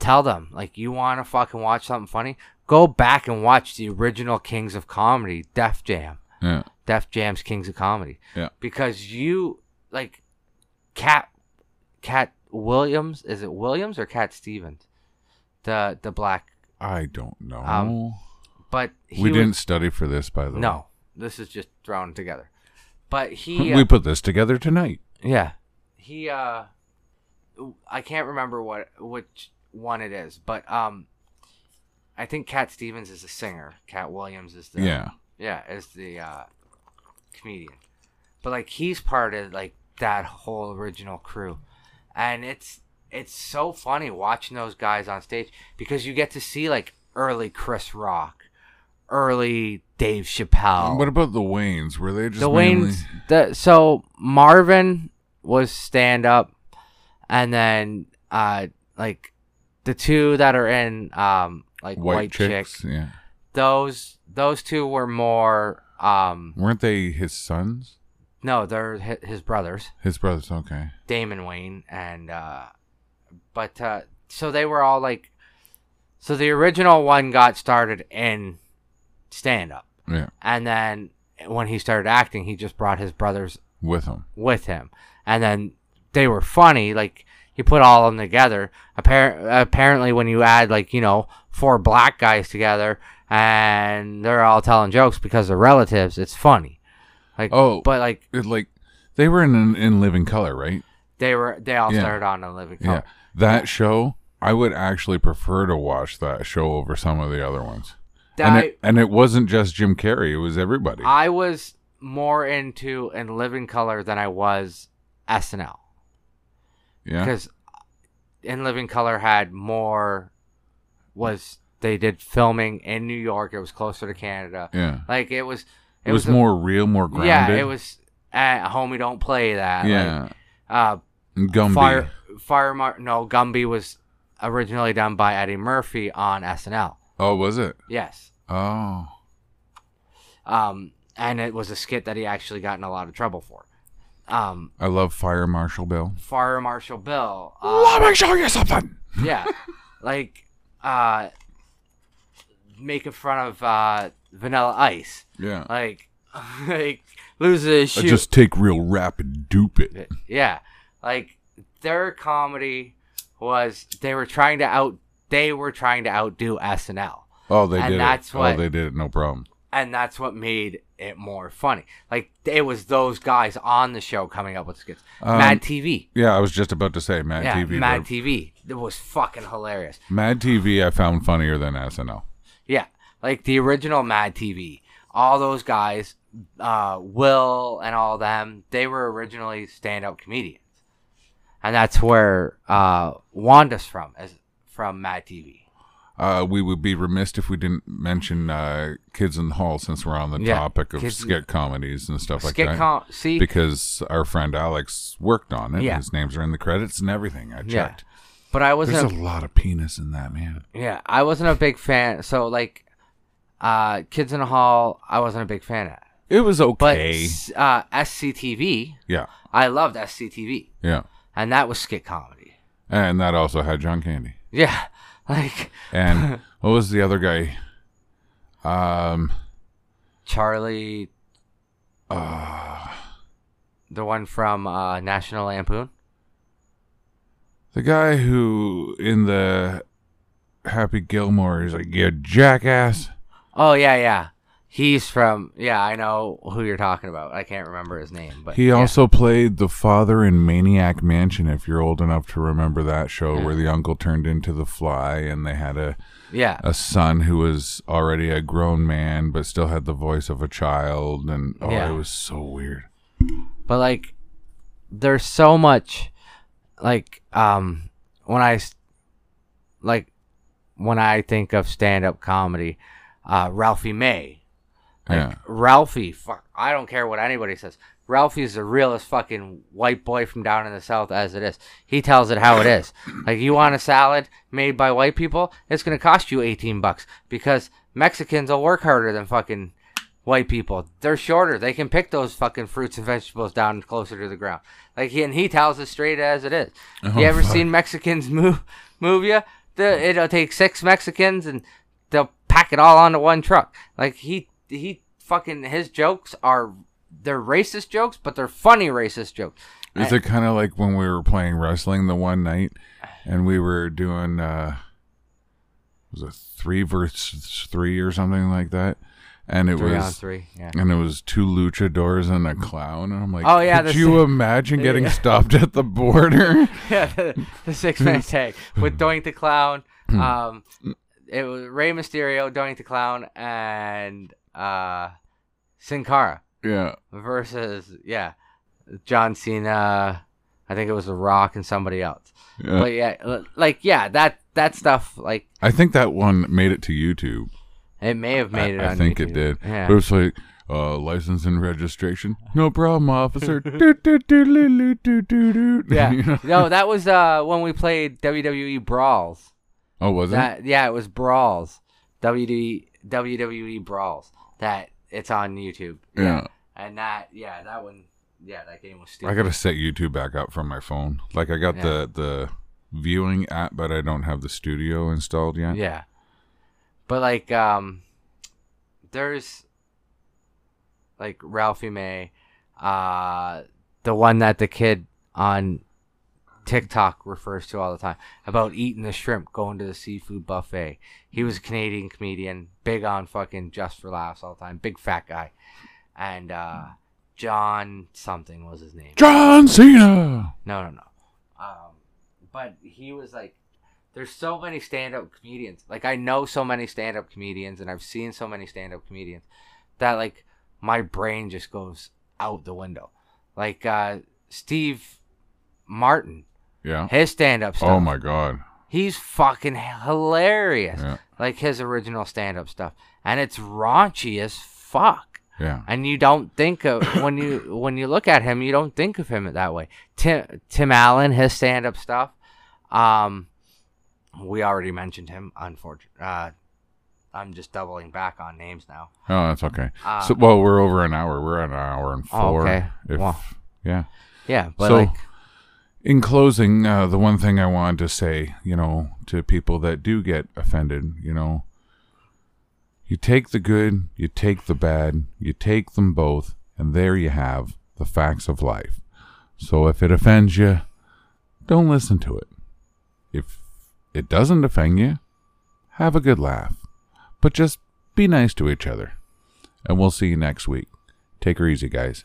Speaker 3: tell them, like, you want to fucking watch something funny? Go back and watch the original Kings of Comedy, Def Jam.
Speaker 2: Yeah.
Speaker 3: Def Jam's Kings of Comedy.
Speaker 2: Yeah.
Speaker 3: Because you like Cat Cat Williams, is it Williams or Cat Stevens? The the black
Speaker 2: I don't know.
Speaker 3: Um, but he
Speaker 2: we
Speaker 3: was-
Speaker 2: didn't study for this, by the way.
Speaker 3: No. This is just thrown together. But he uh,
Speaker 2: We put this together tonight.
Speaker 3: Yeah. He uh I can't remember what which one it is, but um I think Cat Stevens is a singer. Cat Williams is the
Speaker 2: Yeah.
Speaker 3: Yeah, as the uh, comedian. But like he's part of like that whole original crew, and it's it's so funny watching those guys on stage because you get to see like early Chris Rock, early Dave Chappelle.
Speaker 2: What about the Waynes? Were they just
Speaker 3: oh. the
Speaker 2: mainly-
Speaker 3: Wayne's the so Marvin was stand up, and then uh like the two that are in um like
Speaker 2: white,
Speaker 3: White,
Speaker 2: chicks?
Speaker 3: Chick,
Speaker 2: Yeah.
Speaker 3: those those two were more um
Speaker 2: Weren't they his sons?
Speaker 3: No, they're hi- his brothers,
Speaker 2: His brothers. Okay.
Speaker 3: Damon Wayne, and uh, but uh, so they were all like, so the original one got started in stand up,
Speaker 2: Yeah.
Speaker 3: and then when he started acting, he just brought his brothers
Speaker 2: With him.
Speaker 3: with him, and then they were funny. Like you put all of them together. Appar- apparently, when you add like you know four black guys together and they're all telling jokes because they're relatives, it's funny. Like
Speaker 2: Oh.
Speaker 3: but like
Speaker 2: It, like they were in in Living Color, right?
Speaker 3: They were they all
Speaker 2: Yeah.
Speaker 3: started on a living
Speaker 2: Yeah.
Speaker 3: color.
Speaker 2: That show, I would actually prefer to watch that show over some of the other ones.
Speaker 3: That-
Speaker 2: and, it, and it wasn't just Jim Carrey; it was everybody.
Speaker 3: I was more into in living color than I was SNL
Speaker 2: yeah.
Speaker 3: because in living color had more was they did filming in New York. It was closer to Canada.
Speaker 2: Yeah.
Speaker 3: Like it was.
Speaker 2: It, was,
Speaker 3: a-
Speaker 2: more real, more grounded.
Speaker 3: Yeah, it was. At home, we don't play that.
Speaker 2: Yeah.
Speaker 3: Like, uh,
Speaker 2: And Gumby.
Speaker 3: Fire, Fire, Mar- no, Gumby was originally done by Eddie Murphy on SNL.
Speaker 2: Oh, was it?
Speaker 3: Yes.
Speaker 2: Oh.
Speaker 3: um, and it was a skit that he actually got in a lot of trouble for. Um,
Speaker 2: I love Fire Marshal Bill.
Speaker 3: Fire Marshal Bill. uh,
Speaker 2: Let me show you something.
Speaker 3: yeah, like uh, making fun of uh, Vanilla Ice,
Speaker 2: Yeah.
Speaker 3: like like loses his
Speaker 2: I
Speaker 3: shoe.
Speaker 2: just take real rap and dupe it.
Speaker 3: yeah, like their comedy was they were trying to out they were trying to outdo SNL.
Speaker 2: Oh, they
Speaker 3: And
Speaker 2: did
Speaker 3: that's
Speaker 2: it.
Speaker 3: what-
Speaker 2: oh, they did it. No problem.
Speaker 3: and that's what made it more funny. Like it was those guys on the show coming up with skits.
Speaker 2: Um,
Speaker 3: Mad TV,
Speaker 2: Yeah, I was just about to say Mad
Speaker 3: yeah,
Speaker 2: TV.
Speaker 3: Mad
Speaker 2: but
Speaker 3: TV. It was fucking hilarious.
Speaker 2: Mad TV, I found funnier than SNL.
Speaker 3: Yeah, like the original Mad TV. All those guys, uh, Will and all them, they were originally stand-up comedians, and that's where uh, Wanda's from, is from Mad TV.
Speaker 2: Uh, we would be remiss if we didn't mention uh, Kids in the Hall since we're on the
Speaker 3: Yeah,
Speaker 2: topic of
Speaker 3: Kids in-
Speaker 2: skit comedies and stuff like
Speaker 3: Skit
Speaker 2: that.
Speaker 3: com- see,
Speaker 2: because our friend Alex worked on it.
Speaker 3: Yeah.
Speaker 2: His names are in the credits and everything. I
Speaker 3: Yeah.
Speaker 2: checked.
Speaker 3: but I wasn't.
Speaker 2: There's
Speaker 3: a-
Speaker 2: a lot of penis in that, man.
Speaker 3: Yeah, I wasn't a big fan. So like, uh, Kids in the Hall, I wasn't a big fan of.
Speaker 2: It was
Speaker 3: But
Speaker 2: okay.
Speaker 3: uh, SCTV,
Speaker 2: yeah,
Speaker 3: I loved SCTV,
Speaker 2: yeah,
Speaker 3: and that was skit comedy.
Speaker 2: and that also had John Candy.
Speaker 3: Yeah, like
Speaker 2: And what was the other guy? Um,
Speaker 3: Charlie,
Speaker 2: uh,
Speaker 3: the one from uh, National Lampoon.
Speaker 2: the guy who in the Happy Gilmore is like, "You jackass."
Speaker 3: Oh yeah, yeah. He's from yeah. I know who you're talking about. I can't remember his name, but
Speaker 2: He
Speaker 3: yeah.
Speaker 2: also played the father in Maniac Mansion. If you're old enough to remember that show,
Speaker 3: Mm.
Speaker 2: where the uncle turned into the fly, and they had a
Speaker 3: yeah.
Speaker 2: a son who was already a grown man but still had the voice of a child and oh
Speaker 3: Yeah.
Speaker 2: it was so weird
Speaker 3: but like there's so much like um when i s- like when i think of stand-up comedy uh ralphie may like
Speaker 2: yeah
Speaker 3: ralphie fuck i don't care what anybody says ralphie's the realest fucking white boy from down in the south as it is he tells it how it is like you want a salad made by white people it's gonna cost you 18 bucks because mexicans will work harder than fucking white people. They're shorter. They can pick those fucking fruits and vegetables down closer to the ground. Like he, and he tells it straight as it is.
Speaker 2: Oh,
Speaker 3: you ever seen Mexicans move move you? The, it'll take six Mexicans and they'll pack it all onto one truck. Like he he fucking his jokes are they're racist jokes, but they're funny racist jokes.
Speaker 2: is it kind of like when we were playing wrestling the one night and we were doing uh was it three versus three or something like that and it
Speaker 3: Three on
Speaker 2: was
Speaker 3: three. Yeah.
Speaker 2: and it was two luchadors and a clown and i'm like
Speaker 3: Oh, yeah,
Speaker 2: could
Speaker 3: the
Speaker 2: you
Speaker 3: si-
Speaker 2: imagine getting
Speaker 3: Yeah.
Speaker 2: stopped at the border
Speaker 3: yeah, the, the six man tag with Doink the Clown.
Speaker 2: Hmm.
Speaker 3: Um, it was Rey Mysterio, Doink the Clown, and uh, Sin Cara
Speaker 2: yeah
Speaker 3: versus yeah, John Cena. I think it was The Rock and somebody else.
Speaker 2: Yeah.
Speaker 3: But yeah, l- like yeah, that that stuff like
Speaker 2: i think that one made it to youtube
Speaker 3: it may have made it.
Speaker 2: I, I
Speaker 3: on
Speaker 2: think
Speaker 3: YouTube.
Speaker 2: it did.
Speaker 3: Yeah.
Speaker 2: It was like uh, license and registration. No problem, officer. Doot, doot, doot, loo, loo, doot, doot, doot. You
Speaker 3: yeah.
Speaker 2: know?
Speaker 3: No, that was uh when we played WWE Brawls.
Speaker 2: Oh, was it?
Speaker 3: That yeah, it was brawls. WWE WWE E brawls. That it's on YouTube.
Speaker 2: Yeah.
Speaker 3: And that yeah, that one yeah, that game was stupid.
Speaker 2: I gotta set YouTube back up from my phone. Like I got the the viewing app, but I don't have the studio installed yet.
Speaker 3: Yeah. But like um there's like Ralphie May, uh the one that the kid on TikTok refers to all the time about eating the shrimp, going to the seafood buffet. He was a Canadian comedian, big on fucking just for laughs all the time, big fat guy. And uh John something was his name.
Speaker 2: John Cena.
Speaker 3: No, no, no. Um, but he was like, there's so many stand up comedians. Like, I know so many stand up comedians and I've seen so many stand up comedians that, like, my brain just goes out the window. Like, uh, Steve Martin,
Speaker 2: Yeah.
Speaker 3: his stand up stuff.
Speaker 2: Oh my God.
Speaker 3: He's fucking hilarious.
Speaker 2: Yeah.
Speaker 3: Like, his original stand up stuff. And it's raunchy as fuck
Speaker 2: Yeah.
Speaker 3: and you don't think of when you when you look at him, you don't think of him that way. Tim Tim Allen, his stand up stuff. Um, we already mentioned him. Unfortunately, uh, I'm just doubling back on names now.
Speaker 2: Oh, that's okay.
Speaker 3: Uh,
Speaker 2: so, well, we're over an hour. We're at an hour and
Speaker 3: Oh,
Speaker 2: four.
Speaker 3: okay.
Speaker 2: If,
Speaker 3: Wow.
Speaker 2: Yeah.
Speaker 3: Yeah, but
Speaker 2: So-
Speaker 3: like,
Speaker 2: In closing, uh, the one thing I wanted to say, you know, to people that do get offended, you know, you take the good, you take the bad, you take them both, and there you have the facts of life. So if it offends you, don't listen to it. If it doesn't offend you, have a good laugh. But just be nice to each other. And we'll see you next week. Take her easy, guys.